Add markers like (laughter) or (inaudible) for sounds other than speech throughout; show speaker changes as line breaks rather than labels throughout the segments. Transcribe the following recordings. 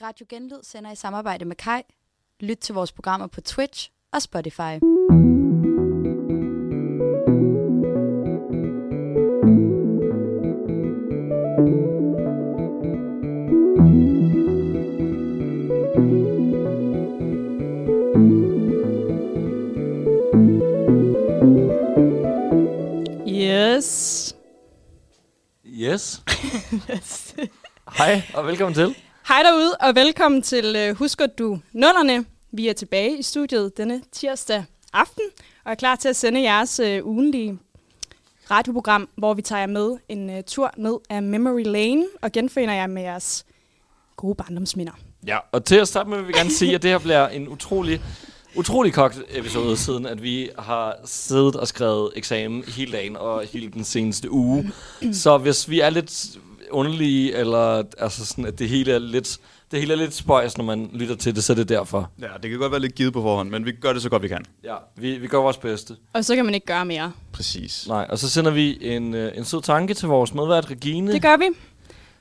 Radio Genlyd sender i samarbejde med Kai. Lyt til vores programmer på Twitch og Spotify.
Yes. (laughs)
Yes. Hej, og velkommen til.
Hej derude, og velkommen til øh, Husker du nullerne. Vi er tilbage i studiet denne tirsdag aften, og er klar til at sende jeres øh, ugenlige radioprogram, hvor vi tager jer med en øh, tur ned af Memory Lane, og genforener jer med jeres gode barndomsminder.
Ja, og til at starte med vil vi gerne sige, at det her bliver en utrolig, utrolig kogt episode, siden at vi har siddet og skrevet eksamen hele dagen og hele den seneste uge. Så hvis vi er lidt underlige, eller altså sådan, at det hele er lidt, det hele er lidt spøjs, når man lytter til det, så er det derfor.
Ja, det kan godt være lidt givet på forhånd, men vi gør det så godt, vi kan.
Ja, vi, vi gør vores bedste.
Og så kan man ikke gøre mere.
Præcis.
Nej, og så sender vi en, øh, en sød tanke til vores medvært Regine.
Det gør vi.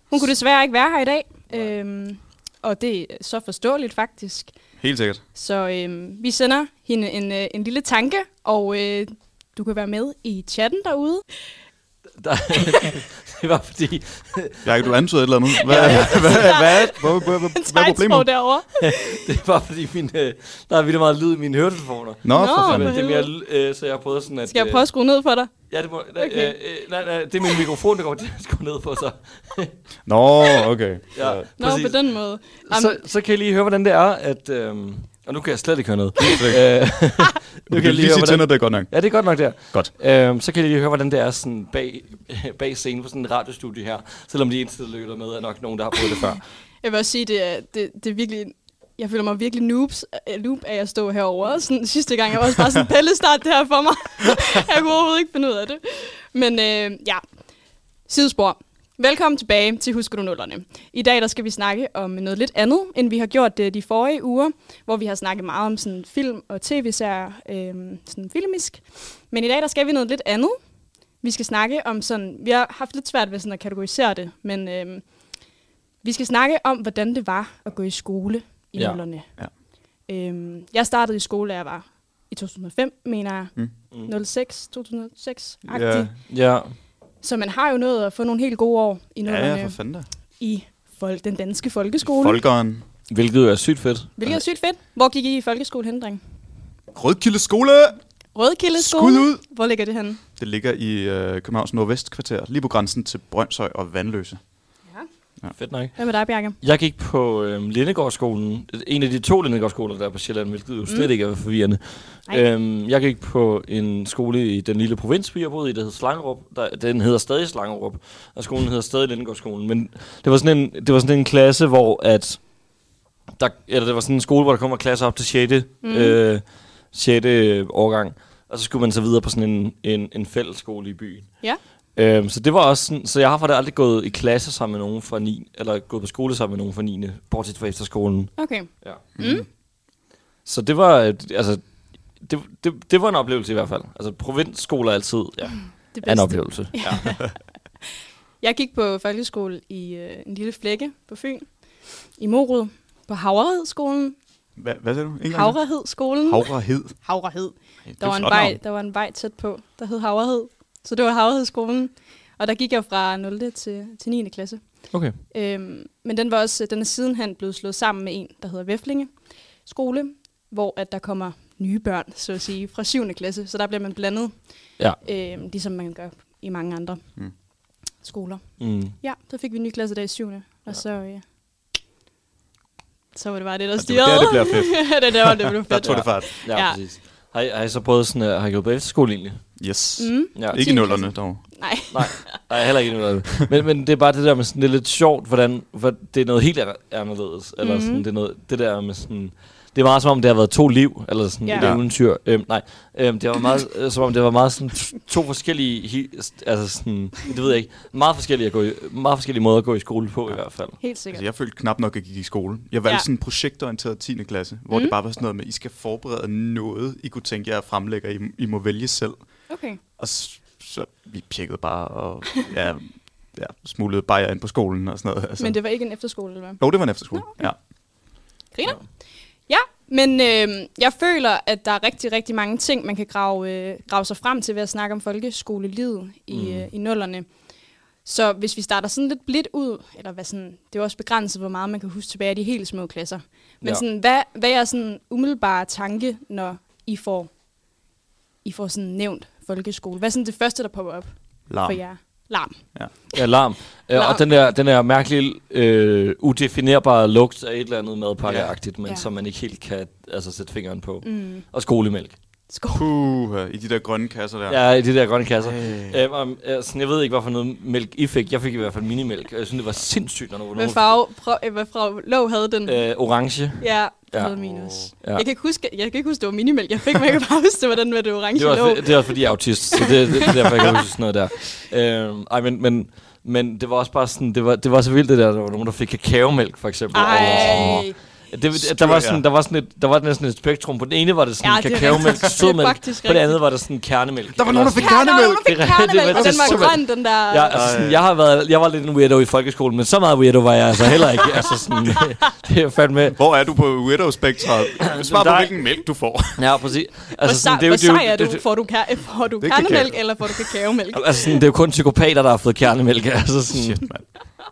Hun kunne desværre ikke være her i dag, øhm, og det er så forståeligt faktisk.
Helt sikkert.
Så øh, vi sender hende en, øh, en lille tanke, og øh, du kan være med i chatten derude. (laughs)
Der, (laughs) det var fordi,
Jakob, du antyder et eller andet. (laughs) Hvad, ja, ja. hvad, hvad, hvad, hvad, hvad, hvad er
Tegnsprog
problemet?
derovre.
(laughs) det var fordi min, øh, der er vildt meget lyd i mine høretelefoner.
Nå, for
Nå.
Men
fanden.
det er mere, l- øh, så jeg har prøvet sådan at...
Skal jeg
øh,
prøve at skrue ned for dig?
Ja, det må... Nej,
Okay.
øh, øh, nej, nej, det er min mikrofon, der kommer til at skrue ned på sig.
Nå, okay.
Ja,
Nå,
præcis.
på den måde.
Så, så kan I lige høre, hvordan det er, at... øhm, og nu kan jeg slet ikke høre noget. Øh, (laughs)
Du kan lige sige tænder, det er godt nok.
Ja, det er godt nok der.
Godt.
Øhm, så kan I lige høre, hvordan det er sådan bag, (laughs) bag scenen på sådan en radiostudie her. Selvom de eneste, der lytter med, er nok nogen, der har prøvet det før.
Jeg vil også sige, det er, det, det er virkelig... Jeg føler mig virkelig noobs, øh, noob af at stå herovre. Og Sådan, sidste gang, jeg var også bare sådan, Pelle start det her for mig. (laughs) jeg kunne overhovedet ikke finde ud af det. Men øh, ja, sidespor. Velkommen tilbage til Husker du nullerne. I dag der skal vi snakke om noget lidt andet, end vi har gjort øh, de forrige uger, hvor vi har snakket meget om sådan film og tv-serier, øh, sådan filmisk. Men i dag der skal vi noget lidt andet. Vi skal snakke om sådan, vi har haft lidt svært ved sådan at kategorisere det, men øh, vi skal snakke om, hvordan det var at gå i skole i
Ja.
ja. nullerne.
Ja.
Øhm, jeg startede i skole, da jeg var i 2005, mener jeg.
Mm.
Mm. 06, 2006 agtig
Ja.
Ja,
Så man har jo nået at få nogle helt gode år i
Ja,
nullerne
ja, for fanden da.
i folk, den danske folkeskole. Folk.
Folkeren.
hvilket jo er sygt fedt.
Hvilket er sygt fedt. Hvor gik I i folkeskole hen, dreng?
Rødkilde skole!
Rødkilde skole.
Skud ud!
Hvor ligger det henne?
Det ligger i øh, Københavns Nordvestkvarter, lige på grænsen til Brøndshøj og Vandløse.
Altså, Fedt nok.
Hvad med dig, Bjarke?
Jeg gik på øhm, Lindegårdsskolen, en af de to Lindegårdsskoler, der er på Sjælland, hvilket jo slet mm. ikke er forvirrende.
Nej.
Øhm, jeg gik på en skole i den lille provinsby, jeg boede i, der hed Slangerup. Der, den hedder stadig Slangerup, og skolen hedder stadig Lindegårdsskolen. Men det var sådan en, det var sådan en klasse, hvor at... Der, eller det var sådan en skole, hvor der kommer klasser op til 6. Mm. Øh, 6. årgang. Og så skulle man så videre på sådan en, en, en fælles skole i byen.
Ja.
Øhm, så det var også sådan, så jeg har faktisk aldrig gået i klasse sammen med nogen fra 9, eller gået på skole sammen med nogen fra 9. Bortset fra efterskolen.
Okay.
Ja. Mm. Så det var, øh, altså, det, det, det var en oplevelse i hvert fald. Altså, provinsskoler er altid Mm. ja,
Det
er en
bedste.
oplevelse. Ja.
Jeg gik på folkeskole i øh, en lille flække på Fyn. I Morud. På Havrehedsskolen.
Hva, hvad sagde du? En gang til.
Havrehedsskolen.
Havrehed.
Havrehed.
Det
Der
er
var, en
flot
vej,
navn.
der var en vej tæt på, der hed Havrehed. Så det var Havrehedsskolen. Og der gik jeg fra 0. til, til 9. klasse.
Okay.
Øhm, men den, var også, den er sidenhen blevet slået sammen med en, der hedder Væflinge skole, hvor at der kommer nye børn, så at sige, fra 7. klasse. Så der bliver man blandet,
Ja.
øhm, ligesom man gør i mange andre mm. skoler.
Mm.
Ja, så fik vi en ny klasse der i 7. Og så... Øh, så var det bare det, der
det
styrede.
var der, det blev
(laughs)
fedt.
det der, var det blev fedt.
Der tog
(laughs)
det fart.
Ja, ja.
Ja.
præcis. Har, I- har I så prøvet sådan, uh, har I gået på efterskole egentlig?
Yes.
Mm,
Ja.
Ikke i
Tiende
nullerne, dog.
nej.
Nej, nej, heller ikke noget af det. Men, men det er bare det der med sådan, det er lidt sjovt, hvordan for det er noget helt an- anderledes. Eller
Mhm.
mm-hmm. sådan, det, er noget, det der med sådan, det er meget som om, det har været to liv, eller sådan
Ja.
yeah.
Ja.
et eventyr. Øhm, nej, øhm, det var meget, øh, som om det var meget sådan t- to forskellige, hi- st- altså sådan, det ved jeg ikke, meget forskellige, at gå i, meget forskellige måder at gå i skole på i hvert fald.
Helt
Altså,
sikkert.
jeg følte knap nok, at jeg gik i skole. Jeg valgte
Ja.
ja. sådan en projektorienteret 10. klasse, hvor mm. det bare var sådan noget med, I skal forberede noget, I kunne tænke jer at fremlægge, I, I må vælge selv.
Okay.
Og s- så vi pjekkede bare, og ja, ja, smuglede bare ind på skolen og sådan noget. Altså.
Men det var ikke en efterskole, eller hvad?
Jo, det var en efterskole, ja.
Griner. Ja, men øh, jeg føler, at der er rigtig, rigtig mange ting, man kan grave, øh, grave sig frem til ved at snakke om folkeskolelivet i, mm. øh, i nullerne. Så hvis vi starter sådan lidt blidt ud, eller hvad sådan, det er jo også begrænset, hvor meget man kan huske tilbage i de helt små klasser. Men
Ja.
ja. sådan, hvad, hvad er sådan umiddelbare tanke, når I får, I får sådan nævnt folkeskole? Hvad er sådan det første, der popper op
Larm.
for jer? Larm.
Alarm. Alarm.
Larm.
Øh, Og den der, den der mærkelige, øh, udefinerbare lugt af et eller andet madpakkeagtigt, men
Ja.
som man ikke helt kan altså, sætte fingeren på.
Mm.
Og skolemælk.
Skål.
Puh, i de der grønne kasser der.
Ja, i de der grønne kasser.
Ej.
Øhm, og, øh, sådan, jeg ved ikke, hvorfor noget mælk I fik. Jeg fik i hvert fald minimælk. og Jeg synes, det var sindssygt, når nogen...
Hvad farve, prøv, hvad farve lov havde den?
Øh, orange.
Ja, det
Ja.
havde minus.
Ja.
Ja. Jeg, kan ikke huske, jeg kan ikke huske, det var minimælk. Jeg fik, men jeg kan bare huske, det var den med det orange
Det er,
det
også,
låg.
det er også fordi, jeg er autist, så det, det, det er derfor, jeg kan huske sådan noget der. Øhm, ej, men, men, men det var også bare sådan, det var, det var så vildt det der, der var nogen, der fik kakaomælk, for eksempel.
Ej.
Det, det, der,
Styr,
var sådan,
ja.
der, var sådan et, der var næsten et spektrum. På den ene var det sådan
Ja,
ja,
det er
kakaomælk,
rigtigt.
sødmælk.
Det er faktisk
På det andet
rigtigt.
var det sådan kernemælk.
Der var nogen, der fik
Ja, der var nogen,
kernemælk.
der fik
Det er rigtigt, det
kernemælk,
var
og den var
simpelthen-
grøn, den der.
Ja, altså, sådan,
Ej.
jeg, har været, jeg var lidt en weirdo i folkeskolen, men så meget weirdo var jeg altså heller ikke. altså sådan, (laughs) det er fandme...
Hvor er du på
(clears throat)
weirdo-spektret? Svar på,
Der Mm. er-
hvilken mælk du får.
Ja, præcis.
Hvor
Altså,
sej,
sådan, det, er
hvor
jo-
sej er
det, er jo-
du? Får du, ker- (laughs) får du
Det er
kernemælk,
kakao.
eller får du kakaomælk?
Altså, sådan, det er jo kun psykopater, der har fået kernemælk. Altså, sådan,
Shit, mand.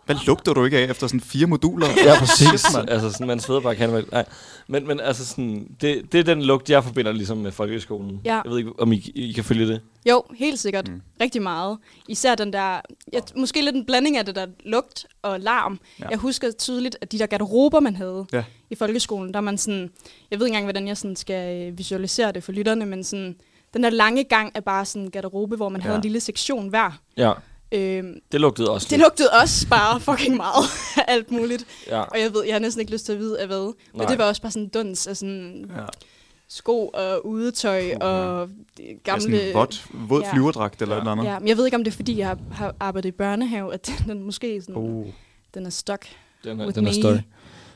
Hvad lugter du ikke af efter sådan fire moduler?
Ja, præcis.
Shit, mand.
altså, sådan, man sveder bare kernemælk. Nej. Men, men altså, sådan, det, det er den lugt, jeg forbinder ligesom med folkeskolen.
Ja.
Jeg ved ikke, om I, I kan følge det.
Jo, helt sikkert. Mm. Rigtig meget. Især den der, jeg, måske lidt en blanding af det der lugt og larm.
Ja.
Ja. Jeg husker tydeligt, at de der garderober, man havde
Ja.
ja. i folkeskolen, der er man sådan, jeg ved ikke engang, hvordan jeg sådan skal øh, visualisere det for lytterne, men sådan, den der lange gang er bare sådan en garderobe, hvor man ja.
Ja.
havde en lille sektion hver.
Ja,
Øhm,
det lugtede også.
det lugtede også bare fucking meget af alt muligt.
Ja.
Og jeg ved, jeg har næsten ikke lyst til at vide af hvad. Men
Nej.
det var også bare sådan en duns af sådan
Ja.
sko og udetøj
Puh,
og
Ja,
gamle...
sådan en vådt, våd
Ja.
flyverdragt eller
Ja.
noget andet.
Ja, men jeg ved ikke, om det er, fordi jeg har, har arbejdet i børnehave, at (laughs) den, den måske sådan, oh.
Oh.
den er stuck,
Den er,
With
den er
me.
støj.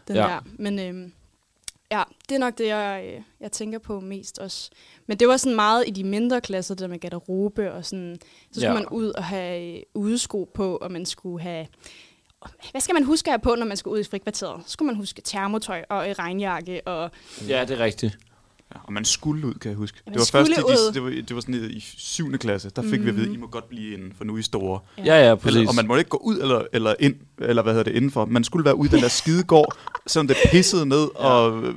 den
Ja.
ja. der. Men øhm, ja, det er nok det, jeg, øh, jeg tænker på mest også. Men det var sådan meget i de mindre klasser, det der med garderobe og sådan, så skulle
Ja.
ja. man ud og have øh, udesko på, og man skulle have hvad skal man huske at have på, når man skal ud i frikvarteret? Så skulle man huske termotøj og øh, regnjakke og
Ja, det er rigtigt.
Ja, og man skulle ud, kan jeg huske.
man
det var først i,
skulle
de,
ud.
det, var, det var sådan i, i 7. klasse, der fik mm. vi at vide, I må godt blive inde, for nu er I store.
Ja, ja, præcis.
Eller, og man måtte ikke gå ud eller, eller ind, eller hvad hedder det, indenfor. Man skulle være ude i den der
(laughs)
skidegård, selvom det pissede ned, ja. og øh,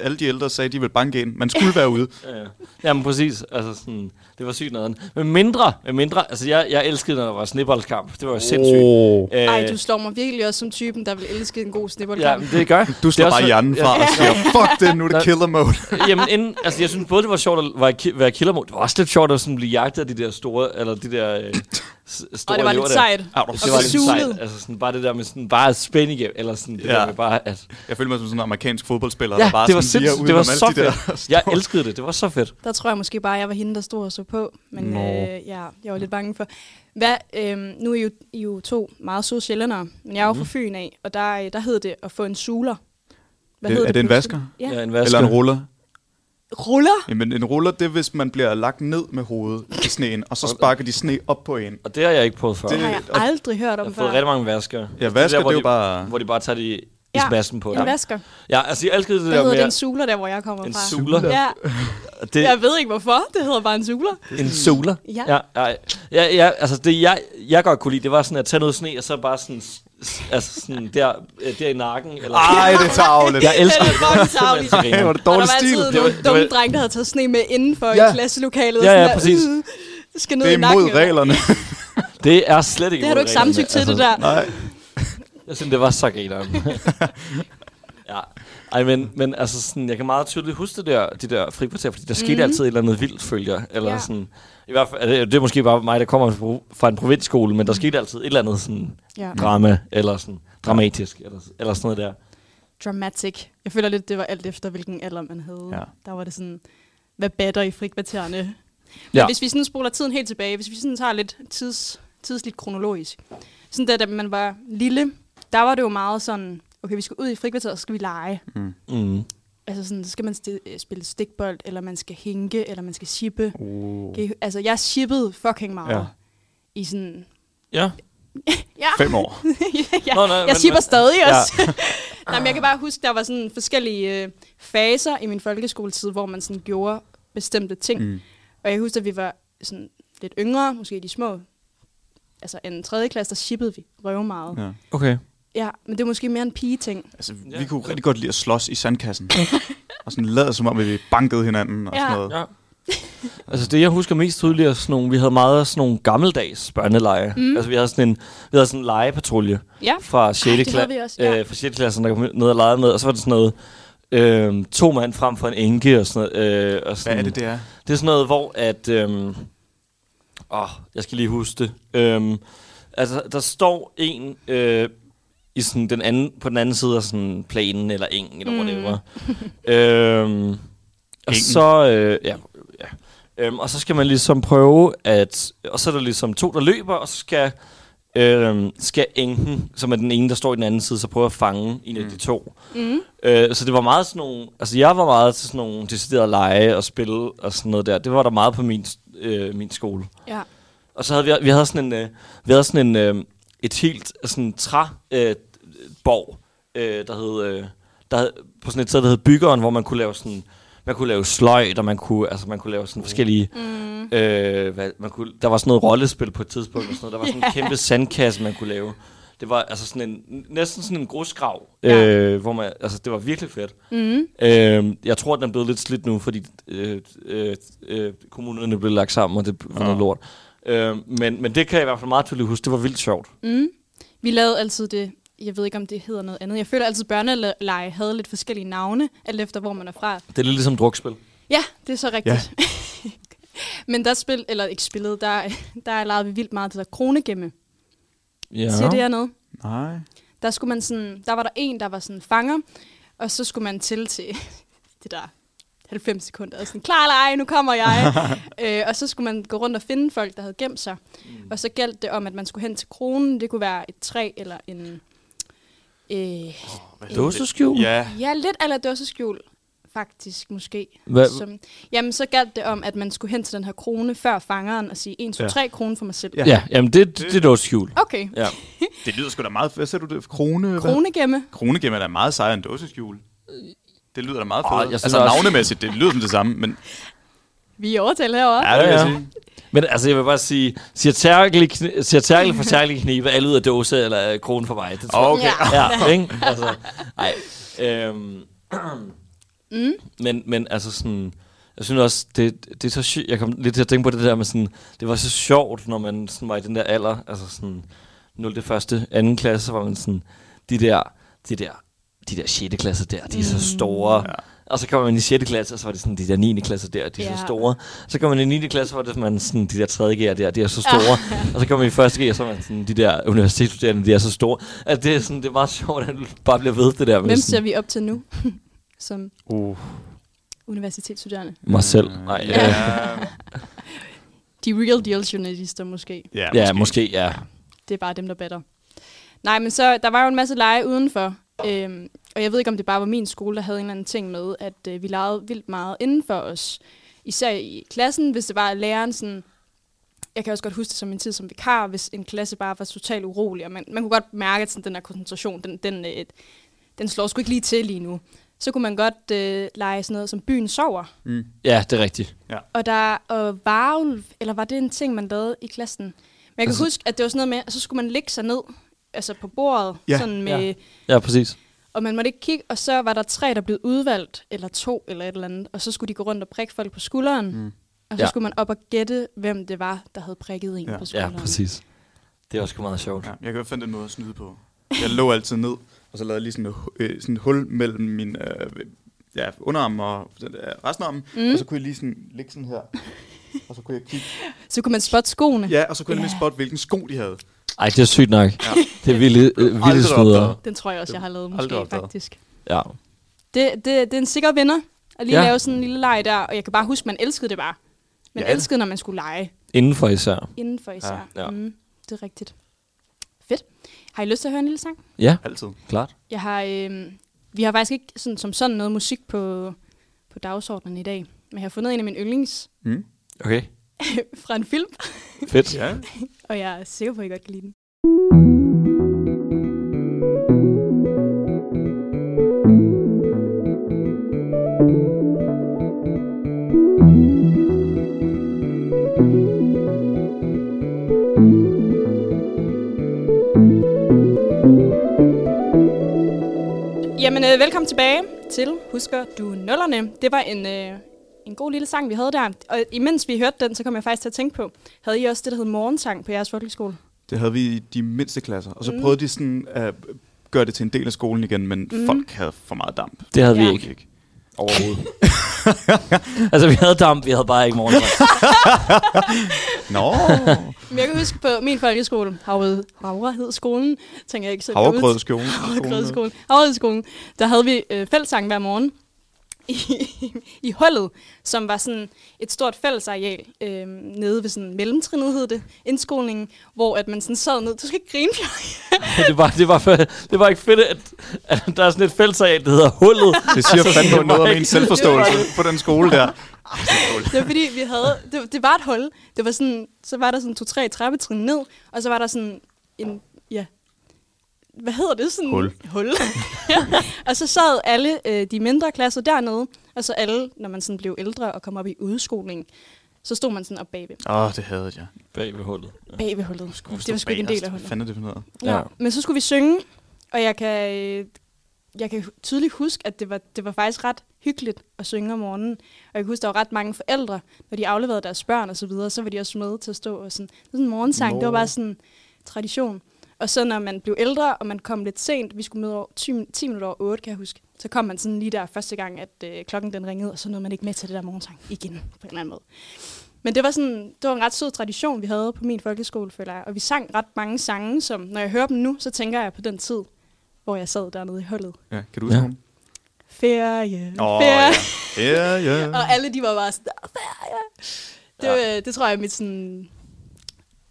alle de ældre sagde, de ville banke ind. Man skulle være ude.
Ja, ja. Jamen præcis, altså sådan, det var sygt noget andet. Men mindre, men mindre, altså jeg, jeg elskede, når der var snibboldskamp, det var jo sindssygt.
Oh.
Øh,
Ej, du slår mig virkelig også som typen, der vil elske en god
Ja,
snibboldkamp.
men det gør
Du slår
det er
bare
også-
hjernen
ja.
fra og (laughs) siger, fuck det, nu er det
Nå.
killer mode.
Jamen, inden, altså, jeg synes både, det var sjovt at være, ki- være killermod. Det var også lidt sjovt at sådan blive jagtet af de der store, eller de der øh, s- store
og det var
elever
lidt
der.
sejt.
Au, du
Det var lidt
Sulet.
sejt. Altså, sådan, bare det der med sådan, bare at spænde igennem, eller sådan, det
Ja.
der med bare, at...
Jeg følte mig som sådan en amerikansk fodboldspiller,
Ja,
der bare
det var
sådan lige er
sindssygt,
ude
det var
om alle
så
de der
fedt.
(laughs)
Jeg elskede det, det var så fedt.
Der tror jeg måske bare, at jeg var hende, der stod og så på. Men
Nå.
øh, ja, jeg var lidt bange for. Hvad, øh, nu er I jo, I er jo to meget søde sjældnere, men jeg er jo fra Fyn af, og der, øh, der hed det at få en suler.
Det- er det en
pludselig?
vasker?
Ja.
en
Eller en ruller.
Ruller?
Jamen, en ruller, det er, hvis man bliver lagt ned med hovedet i sneen, og så sparker de sne op på en.
Og det har jeg ikke prøvet før.
Det-
Det har
jeg
jeg aldrig hørt
har
om før.
fået rigtig mange vasker.
Ja,
der,
vasker,
hvor
det er jo
de-
bare...
Hvor de bare tager de i
Ja,
spasmen på.
en vasker.
Ja, altså jeg elskede det
Der
der
hedder
med...
det en suler, der hvor jeg kommer
en
fra.
suler.
Ja,
Det,
jeg ved ikke hvorfor. Det hedder bare en suler.
En soler?
Ja.
Ja, ja, ja, ja altså det jeg, jeg godt kunne lide, det var sådan at tage noget sne, og så bare sådan, s- s- altså sådan der, øh, der i nakken. Eller,
Ej, det er tarveligt.
jeg elsker
Det er fucking tarveligt.
det.
Ah! Ej, hvor er det
Og der
dårlig
var
stil.
altid
Det var-
nogle
det var-
dumme drenge, der havde taget sne med indenfor
Ja.
i klasselokalet. og
Ja, ja,
sådan der,
præcis.
"Øh, det (laughs) skal ned
Det er
i nakken,
imod
eller?"
reglerne.
Det er slet ikke
Det har du ikke
hovedreglen,
samtykt til, det der.
Nej.
Jeg synes, det var så grineren. (laughs) ja. Ej, men, men altså sådan, jeg kan meget tydeligt huske det der, de der frikvarter, fordi der skete mm. altid et eller andet vildt, følger. Eller
Mhm.
ja.
Ja.
sådan, i hvert fald, altså, det, det er måske bare mig, der kommer fra- fra en provinsskole, men der skete altid et eller andet sådan ja.
Mhm. Ja.
drama, eller sådan dramatisk, eller, eller sådan noget der.
dramatic. Jeg føler lidt, det var alt efter, hvilken alder man havde.
Ja.
Ja. Der var det sådan, hvad batter i frikvartererne? Men
Ja.
hvis vi sådan spoler tiden helt tilbage, hvis vi sådan tager lidt tids, tidsligt kronologisk, sådan der, da man var lille, der var det jo meget sådan, okay, vi skal ud i frikvarteret, så skal vi lege.
Mm.
Altså sådan, så skal man sti- øh, spille stikbold, eller man skal hænke, eller man skal shippe. Uh. Altså, jeg shippede fucking meget.
Ja.
Ja. I sådan...
Ja.
Ja,
Fem år.
ja.
Nå, nej,
jeg (laughs)
men-
shipper
men-
stadig
Ja.
også. (laughs) Nej, men jeg kan bare huske, der var sådan forskellige øh, faser i min folkeskoletid, hvor man sådan gjorde bestemte ting. Mm. Og jeg husker, at vi var sådan lidt yngre, måske de små. Altså en tredje klasse, der shippede vi røv meget. Ja.
Ja.
Okay.
ja, men det er måske mere en pige-ting.
Altså, vi
Ja.
kunne rigtig godt lide at slås i sandkassen. og sådan lader som om, at vi bankede hinanden og
Ja.
sådan noget.
Ja. (laughs) altså det, jeg husker mest tydeligt, er sådan nogle, vi havde meget af sådan nogle gammeldags børneleje.
Mhm.
Mm. Altså vi havde sådan en, vi havde sådan en legepatrulje
Ja.
fra 6.
det
Kla-
havde vi også, ja.
øh, fra 6. klassen, der kom ned og legede med, og så var det sådan noget, øh, to mand frem for en enke og sådan noget. Øh, og sådan,
Hvad er det, det er?
det er sådan noget, hvor at... Øhm, åh, jeg skal lige huske det. Øhm, altså, der står en øh, i sådan den anden, på den anden side af sådan planen eller engen, eller mm. whatever. øhm, og
Engen.
så... Øh, ja, ja. Øhm, og så skal man ligesom prøve at... Og så er der ligesom to, der løber, og så skal... Øhm, skal enken, som er den ene, der står i den anden side, så prøve at fange en af de to. Øh, så det var meget sådan nogle... Altså, jeg var meget til sådan nogle deciderede lege og spille og sådan noget der. Det var der meget på min, øh, min skole.
Ja.
Og så havde vi, vi havde sådan en, øh, vi havde sådan en, øh, et helt sådan træ, øh, borg, øh, der hed, øh, der hed, på sådan et sted, der hed Byggeren, hvor man kunne lave sådan, man kunne lave sløjt, og man kunne, altså man kunne lave sådan forskellige, mm. øh, hvad, man kunne, der var sådan noget rollespil på et tidspunkt, og sådan noget. der var (laughs) sådan en kæmpe sandkasse, man kunne lave. Det var altså sådan en, næsten sådan en grusgrav,
Ja.
øh, hvor man, altså det var virkelig fedt. Mm. Øh, jeg tror, den er blevet lidt slidt nu, fordi øh, øh, øh, kommunerne blev lagt sammen, og det var noget lort. Øh, men, men det kan jeg i hvert fald meget tydeligt huske, det var vildt sjovt.
Mm. Vi lavede altid det, jeg ved ikke, om det hedder noget andet. Jeg føler altid, at børneleje havde lidt forskellige navne, alt efter hvor man er fra.
Det er lidt ligesom drukspil.
Ja, det er så rigtigt. Ja. (laughs) Men der spil, eller ikke spillet, der, der legede vi vildt meget det der kronegemme. Ja. Siger det her noget?
Nej.
Der, skulle man sådan, der var der en, der var sådan fanger, og så skulle man til til (laughs) det der 90 sekunder, og sådan, klar eller ej, nu kommer (laughs) jeg. øh, og så skulle man gå rundt og finde folk, der havde gemt sig. Mm. Og så galt det om, at man skulle hen til kronen. Det kunne være et træ eller en... Øh,
Dåseskjul?
Ja.
Ja, lidt eller dåseskjul, faktisk, måske.
Hvad-
Som, jamen, så galt det om, at man skulle hen til den her krone før fangeren og sige 1, 2,
Ja.
3 krone for mig selv.
Ja.
Ja, jamen det, det, det er dåseskjul.
Okay.
Ja.
Det lyder sgu da meget... Hvad sagde du det? Krone? hvad?
Kronegemme.
Kronegemme er da meget sejere end dåseskjul. Det lyder da meget
Åh,
fedt.
jeg synes
altså
også-
navnemæssigt, det lyder som det samme, men
Vi er overtalt herovre.
ja, det vil jeg
Ja, ja.
sige.
Men altså, jeg vil bare sige, siger tærkel, i kn- siger tærkel for tærkel i knibe, alle ud af dåse eller øh, kronen for vej. Det tror jeg.
Okay.
Ja.
Ja, (laughs) ikke? Altså, nej. Øhm, mm. men, men altså sådan, jeg synes også, det, det er så sygt, jeg kom lidt til at tænke på det der med sådan, det var så sjovt, når man sådan var i den der alder, altså sådan 0. det første, 2. klasse, så var man sådan, de der, de der, de der 6. klasse der, de er så store. Ja. Og så kommer man i 6. klasse, og så var det sådan, de der 9. klasse der, de er så
Ja.
store. Så kommer man i 9. klasse, hvor det er man sådan, de der 3. G'er der, de er så store. og så kommer man i 1. G, og så er man sådan, de der universitetsstuderende, de er så store. Altså det er sådan, det er meget sjovt, at du bare bliver ved det der med
Hvem ser
sådan,
vi op til nu? (laughs) Som
Uh.
universitetsstuderende.
mig selv. Nej, Mm. øh, ja, ja,
De real deal journalister måske.
Ja,
ja, måske, ja.
Det er bare dem, der batter. Nej, men så, der var jo en masse lege udenfor. Øhm, og jeg ved ikke, om det bare var min skole, der havde en eller anden ting med, at øh, vi legede vildt meget indenfor os. Især i klassen, hvis det var at læreren sådan... Jeg kan også godt huske det som en tid som vikar, hvis en klasse bare var totalt urolig. Og man, man kunne godt mærke, at sådan, den der koncentration, den, den, øh, den slår sgu ikke lige til lige nu. Så kunne man godt øh, lege sådan noget som byen sover.
Ja, det er rigtigt.
Og der og varulv, eller var det en ting, man lavede i klassen? Men jeg kan altså,
Altså-
huske, at det var sådan noget med, at så skulle man ligge sig ned altså på bordet,
Ja.
ja, sådan med,
Ja.
ja.
Ja, præcis.
og man måtte ikke kigge, og så var der tre, der blev udvalgt, eller to, eller et eller andet, og så skulle de gå rundt og prikke folk på skulderen, mm. og så
Ja.
ja. skulle man op og gætte, hvem det var, der havde prikket en
Ja.
ja. på skulderen.
Ja, præcis. Det er også sgu meget sjovt.
Ja, jeg kan godt finde den måde at snyde på. Jeg lå altid ned, og så lavede jeg lige sådan, et hu- øh, sådan et hul mellem min øh, ja, underarm og den der resten af armen, mm. og så kunne jeg lige sådan ligge sådan her. Og så kunne jeg kigge.
Så kunne man spotte skoene.
(laughs) Ja, og så kunne jeg nemlig spotte, hvilken sko de havde.
Ej, det er sygt nok. Ja. Det er vildt, øh, vildt
Aldrig
snyder.
opdaget.
Den tror jeg også, jeg har lavet
Aldrig
måske,
opdaget.
faktisk.
Ja.
Det, det, det er en sikker vinder, at lige
Ja.
ja. lave sådan en lille leg der, og jeg kan bare huske, man elskede det bare. Man
Ja.
ja. elskede, når man skulle lege.
Indenfor især.
Indenfor især.
Ja,
Ja,
ja.
ja. Mm, det er rigtigt. Fedt. Har I lyst til at høre en lille sang?
Ja,
Altid.
klart.
Jeg har, øh, vi har faktisk ikke sådan, som sådan noget musik på, på dagsordenen i dag, men jeg har fundet en af mine yndlings (laughs)
Mm.
Okay.
fra en film,
Fedt.
Ja.
og jeg er sikker på, at I godt kan lide den. Jamen, øh, velkommen tilbage til Husker du nullerne. Det var en, øh, en god lille sang, vi havde der. Og imens vi hørte den, så kom jeg faktisk til at tænke på, havde I også det, der hed morgensang på jeres folkeskole?
Det havde vi i de mindste klasser. Og så
Mm.
prøvede de sådan at gøre det til en del af skolen igen, men
Mm.
folk havde for meget damp.
Det havde ja.
Ja.
vi ikke. Overhovedet. altså, vi havde damp, vi havde bare ikke
(laughs)
morgensang.
Nå,
Men jeg kan huske på min folkeskole, Havred, Havredhedsskolen, tænker jeg ikke så
havregrødskolen.
Havredskolen. Havredskolen. Der havde vi øh, fællesang hver morgen i, i hullet, som var sådan et stort fællesareal øh, nede ved sådan mellemtrinnet hed det, indskolingen, hvor at man sådan sad ned. Du skal ikke grine, Bjørn.
det, var, det, var, fe- det var ikke fedt, at, at der er sådan et fællesareal, der hedder Hullet.
Det siger
Altså,
fandme
det var
noget om
ikke-
ens selvforståelse på den skole der.
Det var fordi, vi havde... Det, det var et hul. Det var sådan... Så var der sådan to-tre trappetrin ned, og så var der sådan en... Ja... Hvad hedder det? Sådan,
Hul.
Hul. (laughs) ja. Og så sad alle øh, de mindre klasser dernede, og så alle, når man sådan blev ældre og kom op i udskoling, så stod man sådan op bagved.
Åh, oh, det havde jeg.
Bag ved hullet.
Bagved hullet. Det var sgu ikke en del af hullet.
Fandt det for noget?
Ja.
Ja.
Men så skulle vi synge, og jeg kan, øh, jeg kan hu- tydeligt huske, at det var, det var faktisk ret hyggeligt at synge om morgenen. Og jeg kan huske, der var ret mange forældre, når de afleverede deres børn og så videre, så var de også med til at stå og sådan, det var sådan en morgensang, det var
Nå.
bare sådan en tradition. Og så når man blev ældre, og man kom lidt sent, vi skulle møde over 10, 10 minutter over 8, kan jeg huske, så kom man sådan lige der første gang, at øh, klokken den ringede, og så nåede man ikke med til det der morgensang igen, på en eller anden måde. Men det var, sådan, det var en ret sød tradition, vi havde på min folkeskole, føler jeg. Og vi sang ret mange sange, som når jeg hører dem nu, så tænker jeg på den tid, hvor jeg sad dernede i hullet.
Ja, kan du huske
Ja.
nogen?
Ferie,
Åh, oh, ja.
ferie.
Ja, ja.
Og alle de var bare sådan, "Åh, ferie. Det,
Ja.
ja. det tror jeg er mit sådan,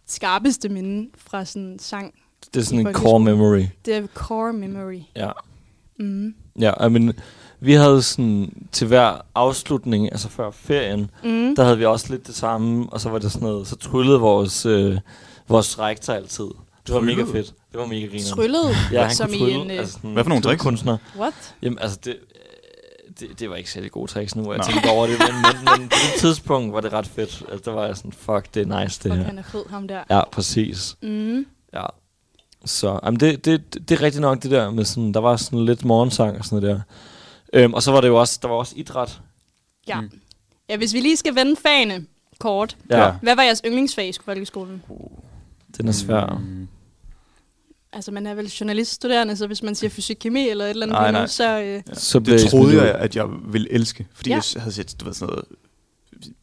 skarpeste minde fra sådan sang.
Det er sådan en core
Folkeskole.
memory.
Det er core memory.
Ja.
Mm.
Ja, I mean, vi havde sådan til hver afslutning, altså før ferien,
Mm.
der havde vi også lidt det samme, og så var det sådan noget, så tryllede vores, øh, vores rektor altid. Det var mega
Tryllede?
fedt. Det var mega griner.
Tryllet,
Ja, han
som
kunne
i
trylle.
en... øh,
altså, sådan
Hvad for nogle tricks?
tryllekunstner.
What?
Jamen, altså, det, øh, det, det var ikke særlig gode tricks nu, hvor jeg
Nej.
tænkte over det, men, men, men på det tidspunkt var det ret fedt. Altså, der var jeg sådan, fuck, det er nice, det
Fuck,
her.
han er fed, ham der.
Ja, præcis.
Mm.
Ja. Så jamen det, det, det er rigtigt nok det der med sådan, der var sådan lidt morgensang og sådan noget der. Øhm, og så var det jo også, der var også idræt.
Ja.
Mm.
ja, hvis vi lige skal vende fagene kort.
Ja,
Ja.
ja.
Hvad var jeres yndlingsfag i folkeskolen?
den er svær.
Mm.
Altså, man er vel journaliststuderende, så hvis man siger fysik, kemi eller et eller andet,
Nej,
lige nu,
nej.
så... Øh,
Ja.
Så blev
Det
jeg
troede
smidt ud.
jeg, at jeg ville elske, fordi
Ja.
ja. jeg havde set, du ved sådan noget...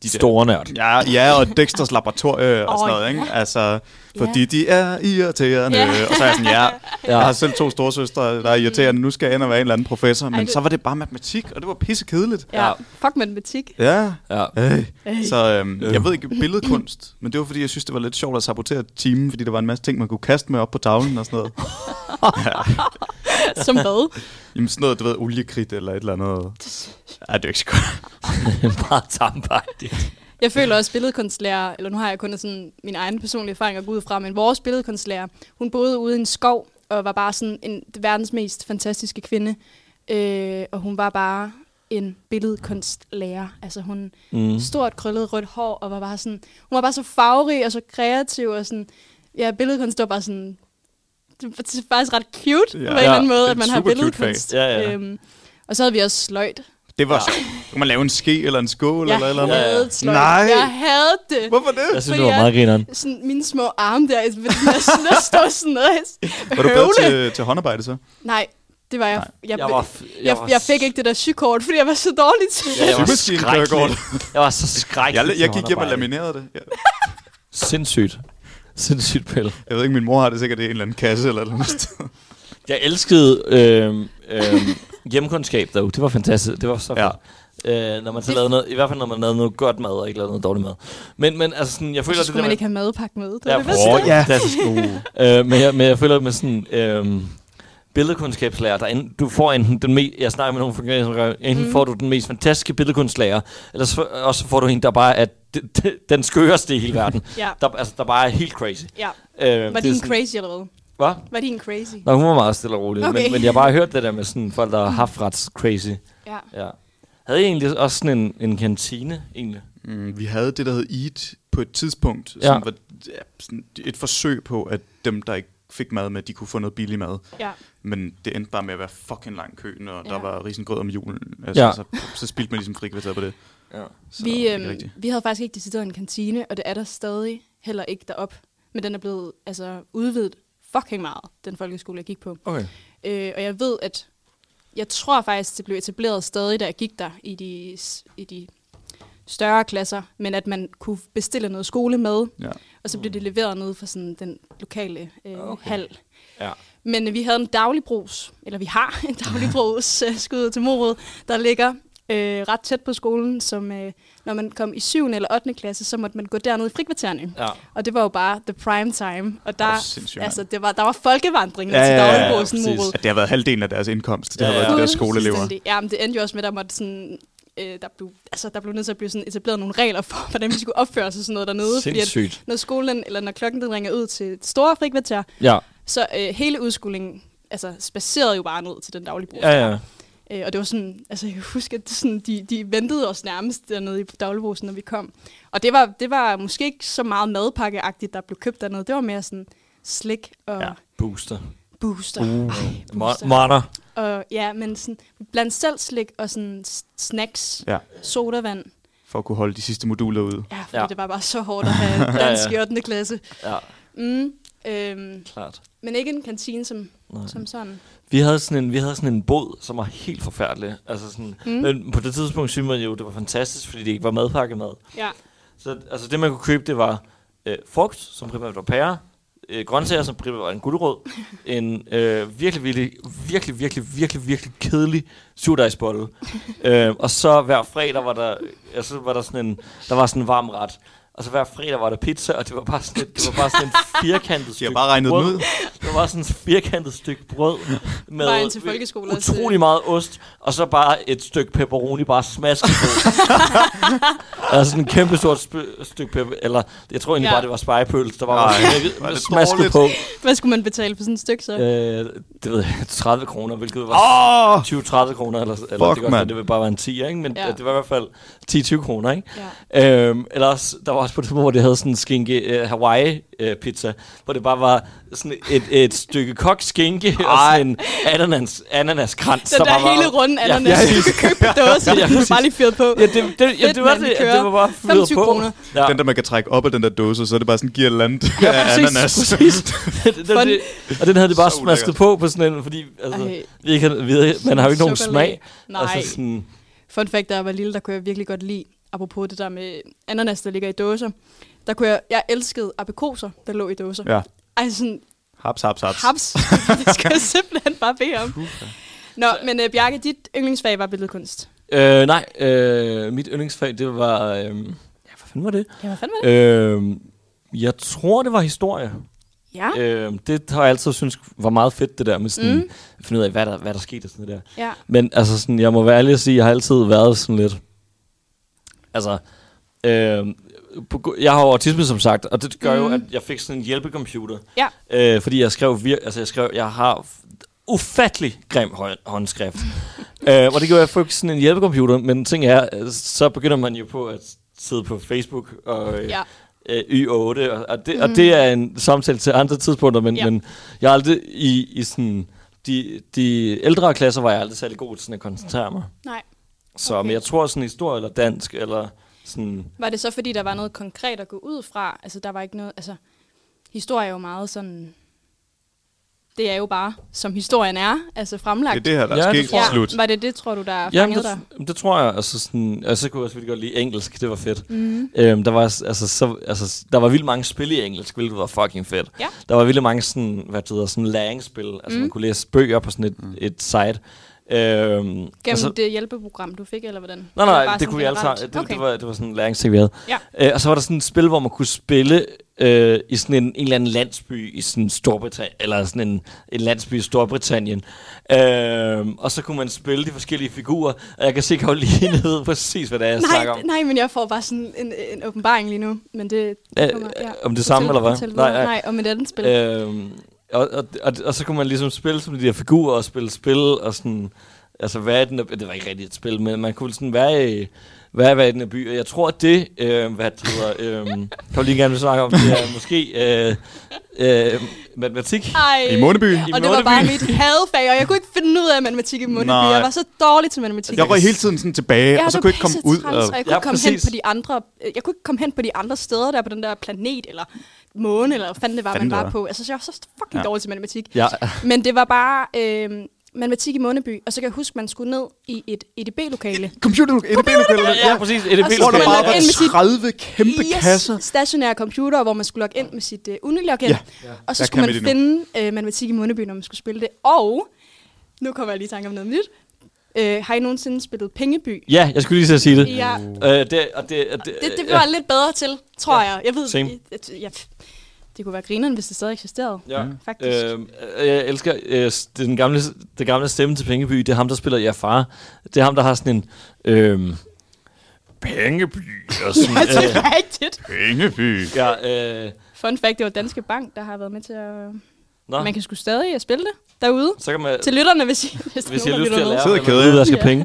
De Store nørd.
Ja, ja, og Dexters laboratorie og
Åh,
sådan noget, ikke? Altså, fordi
Ja.
de er irriterende.
Ja.
Og så er jeg sådan, ja,
Ja.
Jeg har selv to storsøstre, der er irriterende. Nu skal jeg ind og være en eller anden professor. Men
Ej,
Ej,
det-
så var det bare matematik, og det var pisse kedeligt.
ja.
Ja.
Fuck matematik.
Ja.
Ja.
Øh.
Øh.
Så øhm,
Øh.
jeg ved ikke billedkunst, men det var fordi, jeg synes, det var lidt sjovt at sabotere timen, fordi der var en masse ting, man kunne kaste med op på tavlen og sådan (laughs) noget.
Som hvad?
Jamen sådan noget, du ved, oliekridt eller et eller andet. Ej, det er jo ikke så
(laughs)
godt.
Bare tampagtigt.
Jeg føler også billedkunstlærer, eller nu har jeg kun sådan min egen personlige erfaring at gå ud fra, men vores billedkunstlærer, hun boede ude i en skov, og var bare sådan en verdens mest fantastiske kvinde. Øh, og hun var bare en billedkunstlærer. Altså hun,
Mm.
stort krøllet rødt hår, og var bare sådan, hun var bare så farverig og så kreativ, og sådan, ja, billedkunst var bare sådan, det var det er faktisk ret cute ja, på en
Ja.
eller anden
Ja,
måde,
det er
at man
et
har
super cute
billedkunst.
fag. Ja, ja.
Øhm, og så havde vi også sløjt.
Det var ja. sjovt. Så kunne man lave en ske eller en skål
Jeg
eller et eller andet.
Ja.
havde sløjt.
Nej.
Jeg havde det.
Hvorfor det?
Jeg synes,
fordi
det var
jeg-
meget grineren.
Sådan, mine små arme der, ved den der, sådan, der stod sådan noget.
Var du bedre
Høvle.
til, til håndarbejde så?
Nej, det var jeg. Jeg,
Jeg, var, f-
jeg, jeg,
var
jeg fik ikke det der sygkort, fordi jeg var så dårlig til
Ja, jeg var
Typisk i en kørekort.
skrækkelig. Jeg var så skrækkelig.
Jeg,
til
jeg gik hjem og
håndarbejde.
laminerede det. Jeg,
Sindssygt. Sindssygt, Pelle.
jeg ved ikke, min mor har det sikkert i en eller anden kasse eller et eller andet.
Jeg elskede øh, øh, (laughs) hjemkundskab derude. Det var fantastisk. Det var så
Ja.
fedt. Øh, når man så lavede noget, i hvert fald når man lavede noget godt mad, og ikke lavede noget dårligt mad. Men, men altså sådan, jeg føler,
Så
det
skulle
der
man
med-
ikke have madpakke med. Det var
Ja,
det
åh,
bedste.
ja. Klassisk. (laughs) øh, men, jeg, men jeg føler med sådan... Øh, billedkundskabslærer, der enten, du får enten den me- jeg snakker med nogle fungerende, som gør, enten mm. får du den mest fantastiske billedkunstlærer, eller så, og så får du en, der bare er d- d- den skøreste i hele
(laughs)
verden.
Ja.
Der, altså, der bare er helt crazy.
ja.
Øh, det
Var
er
din
sådan-
crazy eller hvad?
Hvad?
Var din crazy?
Nå, hun var meget stille og rolig.
Okay.
Okay. Men, men jeg har bare hørt det der med sådan folk, der har haft ret crazy.
Ja.
Ja. Havde I egentlig også sådan en, en kantine, egentlig?
Mm, vi havde det, der hed EAT på et tidspunkt,
Ja.
som var ja, sådan et forsøg på, at dem, der ikke fik mad med, de kunne få noget billig mad.
Ja.
Men det endte bare med at være fucking lang kø, når ja.
Ja.
der var risengrød om julen. Altså,
Ja.
ja. så, så spildte man ligesom frikvarteret på det.
Ja.
Så
vi,
det er ikke
øhm,
rigtigt.
vi havde faktisk ikke decideret en kantine, og det er der stadig heller ikke derop. Men den er blevet altså, udvidet fucking meget, den folkeskole, jeg gik på.
Okay.
Øh, og jeg ved, at jeg tror faktisk, det blev etableret stadig, da jeg gik der i de, s- i de større klasser, men at man kunne bestille noget skole med,
Ja.
og så blev det leveret ned fra sådan den lokale øh,
Okay.
okay. hal.
Ja.
Men øh, vi havde en daglig brus, eller vi har en daglig brus, øh, skud ud til Morud, der ligger øh, ret tæt på skolen, som øh, når man kom i 7. eller 8. klasse, så måtte man gå derned i frikvartererne.
Ja.
Og det var jo bare the prime time. Og der,
Åh, sindssygt, mand.
altså, det var, der var folkevandring ja,
Ja,
til
ja, ja, ja,
dagligbrusen
præcis.
Morud.
At det har været halvdelen af deres indkomst. Det ja, har
Ja,
været
ja.
de der skoleelever.
Fuldstændig. Ja, men det endte jo også med, at der, måtte sådan, øh, der, blev, altså, der blev nødt til at blive sådan etableret nogle regler for, (laughs) hvordan vi skulle opføre os og sådan noget dernede. Fordi
Sindssygt.
at, når skolen, eller når klokken den ringer ud til det store frikvarter,
Ja.
så øh, hele udskolingen altså, spacerede jo bare ned til den daglige brug.
Ja, ja.
Øh, og det var sådan, altså jeg kan huske, at det sådan, de, de ventede os nærmest dernede i dagligbrugsen, når vi kom. Og det var, det var måske ikke så meget madpakkeagtigt, der blev købt dernede. Det var mere sådan slik og ja.
Ja.
Booster.
booster. Uh. Ej, booster.
Marter.
og, ja, men sådan, blandt selv slik og sådan s- snacks,
Ja,
sodavand.
for at kunne holde de sidste moduler ude.
Ja, fordi
Ja.
ja. det var bare så hårdt at have
(laughs) ja.
dansk i 8. klasse.
Ja,
Mm, øhm,
klart.
men ikke en kantine som,
Nej.
som sådan.
Vi havde, sådan en, vi havde sådan en båd, som var helt forfærdelig. Altså sådan, mm.
Mm.
Men på det tidspunkt synes man jo, det var fantastisk, fordi det ikke var madpakkemad.
Ja.
Så altså, det, man kunne købe, det var øh, frugt, som primært var pære, øh, grøntsager, som primært var en gulerod,
(laughs)
en øh, virkelig, virkelig, virkelig, virkelig, virkelig, virkelig kedelig
(laughs)
surdejsbolle. øh, og så hver fredag var der, altså, var der sådan en, der var sådan en varm ret. Og så hver fredag var der pizza, og det var bare sådan, et, det var bare sådan en firkantet
(laughs) De har
stykke
bare regnet den
brød.
ud.
(laughs) Det var sådan et firkantet stykke brød med
Vejen til folkeskole og til-
utrolig meget ost, og så bare et stykke pepperoni bare smasket
(laughs)
på. altså sådan et kæmpe stort sp- stykke pepper, eller jeg tror egentlig
Ja.
bare, det var spejepøls, der var
Ej,
bare
hvor er
smækket-
det
smasket på.
Hvad skulle man betale for sådan et stykke så? Ja.
Øh, det ved jeg, 30 kroner, hvilket var
Åh!
20-30 kroner, eller, eller det,
Fuck,
kan godt, være,
mand.
det ville bare være en 10, ikke? men ja.
Ja.
det var i hvert fald 10-20 kroner. Ikke?
Ja.
Øhm, ellers, der var også på det tidspunkt, hvor det havde sådan en skinke øh, Hawaii-pizza, hvor det bare var sådan et, et stykke kogt skinke og sådan en ananas, ananaskrans.
Den der
bare
hele
var,
runde ananas,
Ja,
ja,
ja,
du kan købe på dåse,
(laughs) Ja,
ja,
præcis.
bare lige fyret på.
Ja, det, det, ja,
Fedt,
det var
mand,
det,
kører.
det var bare fyret
25
på.
kroner.
Ja.
Den der, man kan trække op af den der dåse, så er det bare sådan, giver land (laughs) ja, af
præcis,
ananas.
præcis. den, den,
Fun.
det, og den havde det bare
Så
smasket
ulækkert.
på på sådan en, fordi altså,
Ej.
vi ikke, havde- vi, havde- man har jo ikke nogen
Sukkerlag.
smag.
Nej.
Altså sådan,
Fun fact, da jeg var lille, der kunne jeg virkelig godt lide, apropos det der med ananas, der ligger i dåser, der kunne jeg, jeg elskede aprikoser, der lå i dåser.
(laughs) Ja.
Ej, sådan
Haps, haps, haps.
haps, (laughs) det skal jeg simpelthen bare bede om. Nå, men uh, Bjarke, dit yndlingsfag var billedkunst.
øh, nej, øh, mit yndlingsfag, det var... Øh, ja, hvad fanden var det?
Ja, hvad fanden var det?
Øh, jeg tror, det var historie.
Ja,
Øh, det har jeg altid synes var meget fedt, det der med sådan, mm. at finde ud af, hvad der, hvad der skete og sådan noget der.
ja.
Men altså, sådan, jeg må være ærlig at sige, jeg har altid været sådan lidt... Altså, øh, på, gu- jeg har jo autisme, som sagt, og det gør mm. jo, at jeg fik sådan en hjælpecomputer.
Ja.
Øh, fordi jeg skrev, vir- altså, jeg skrev, jeg har f- ufattelig grim hånd- håndskrift. øh, og det gjorde, at jeg fik sådan en hjælpecomputer, men ting er, øh, så begynder man jo på at sidde på Facebook og... Øh,
Ja. Mhm.
øh, Y8, og, og, det, mm. og det er en samtale til andre tidspunkter, men, ja.
Ja.
men jeg har aldrig i, i sådan, de, de ældre klasser var jeg aldrig særlig god til sådan at koncentrere mig.
Nej.
Så okay.
Okay.
men jeg tror sådan historie eller dansk, eller sådan,
Var det så, fordi der var noget konkret at gå ud fra? Altså, der var ikke noget... Altså, historie er jo meget sådan... Det er jo bare, som historien er, altså fremlagt.
Det er det her, der
Ja,
ja,
det
sker
tror jeg.
ikke slut.
Var det det, tror du, der
Jamen,
fangede
det,
dig?
det tror jeg. Altså, sådan, altså, så kunne jeg også virkelig godt lide engelsk. Det var fedt.
Mhm.
Mm. Øhm, der, var, altså, så, altså, der var vildt mange spil i engelsk, hvilket var fucking fedt.
Ja. Mhm.
Der var vildt mange sådan, hvad det hedder, sådan læringsspil. Altså, mm. man kunne læse bøger på sådan et, mm. et site. Øhm, Gennem
Gennem det hjælpeprogram, du fik, eller hvordan?
Nej,
Eller bare
nej, det
sådan
kunne vi alle sammen.
generelt?
Det,
okay.
okay. det, var, det var sådan en læringsting, vi havde.
Ja.
Øh, og så var der sådan et spil, hvor man kunne spille øh, i sådan en, en eller anden landsby i sådan Storbritannien, eller sådan en, en landsby i Storbritannien. Øh, og så kunne man spille de forskellige figurer, og jeg kan se, Karoline ved præcis, hvad det er, jeg snakker
Nej,
om.
nej, men jeg får bare sådan en, en åbenbaring lige nu. Men det,
Øh,
kommer- ja.
om det samme, eller hvad? Øh,
Nej, nej. nej, om et andet spil.
Øhm, og, og, og, og så kunne man ligesom spille som de der figurer og spille spil og sådan... Altså, hvad er den her, det var ikke rigtigt et spil, men man kunne sådan, hvad er, hvad er, hvad er den her by? Og jeg tror, at det, øh, hvad det hedder,
(laughs)
øh, kan vi lige gerne vil snakke om, det er måske øh, øh, matematik.
Ej.
I Måneby.
Og det var bare mit hadfag, og jeg kunne ikke finde ud af matematik i Mundeby.
Nej.
Jeg var så dårlig til matematik.
Jeg røg hele tiden sådan tilbage,
Jeg
og
var
så kunne jeg ikke komme ud. øh.
pissetræls, Og
Og...
jeg kunne,
Ja,
ikke komme hen
præcis.
på de andre, øh, jeg kunne ikke komme hen på de andre steder der på den der planet, eller måne, eller hvad fanden det var,
Fanden
man
det
var
var.
på. Altså, så jeg var så fucking
Ja.
dårlig til matematik.
Ja,
Men det var bare øh, matematik i Måneby, og så kan jeg huske, man skulle ned i et E EDB-lokale.
Computer, EDB-lokaler.
ja, præcis.
Og
Et
så
Hvor der
skulle man
bare
logge
var
ind med sit-
30 kæmpe kasser.
stationære computer, hvor man skulle logge ind med sit uh, Unilogin.
Ja.
Ja. Og så
Jeg
skulle
kan
man
med det
finde uh, matematik i Mundeby, når man skulle spille det. Og, nu kommer jeg lige i tanke om noget nyt. Uh, har I nogensinde spillet Pengeby?
Ja, jeg skulle lige til at sige det.
Ja,
Øh, det, og det, og det,
det, det
øh,
blev jeg lidt bedre til, tror
Ja.
jeg. Jeg ved,
Same.
jeg, jeg, jeg, det kunne være grineren, hvis det stadig eksisterede.
Ja.
Faktisk.
Øh, jeg elsker øh, s- den gamle, det gamle stemme til Pengeby. Det er ham, der spiller Ja far. Det er ham, der har sådan en... Øh, Pengeby og sådan...
(laughs) Altså,
øh,
rigtigt.
Pengeby.
ja, øh,
Fun fact, det var Danske Bank, der har været med til at...
nå,
Man kan sgu stadig spille det derude.
så kan man...
Til lytterne, hvis I, hvis der er
Hvis jeg
nogen,
har
der
lyst til
lytter
at
med.
lære,
Sidder
hvad man
kæden.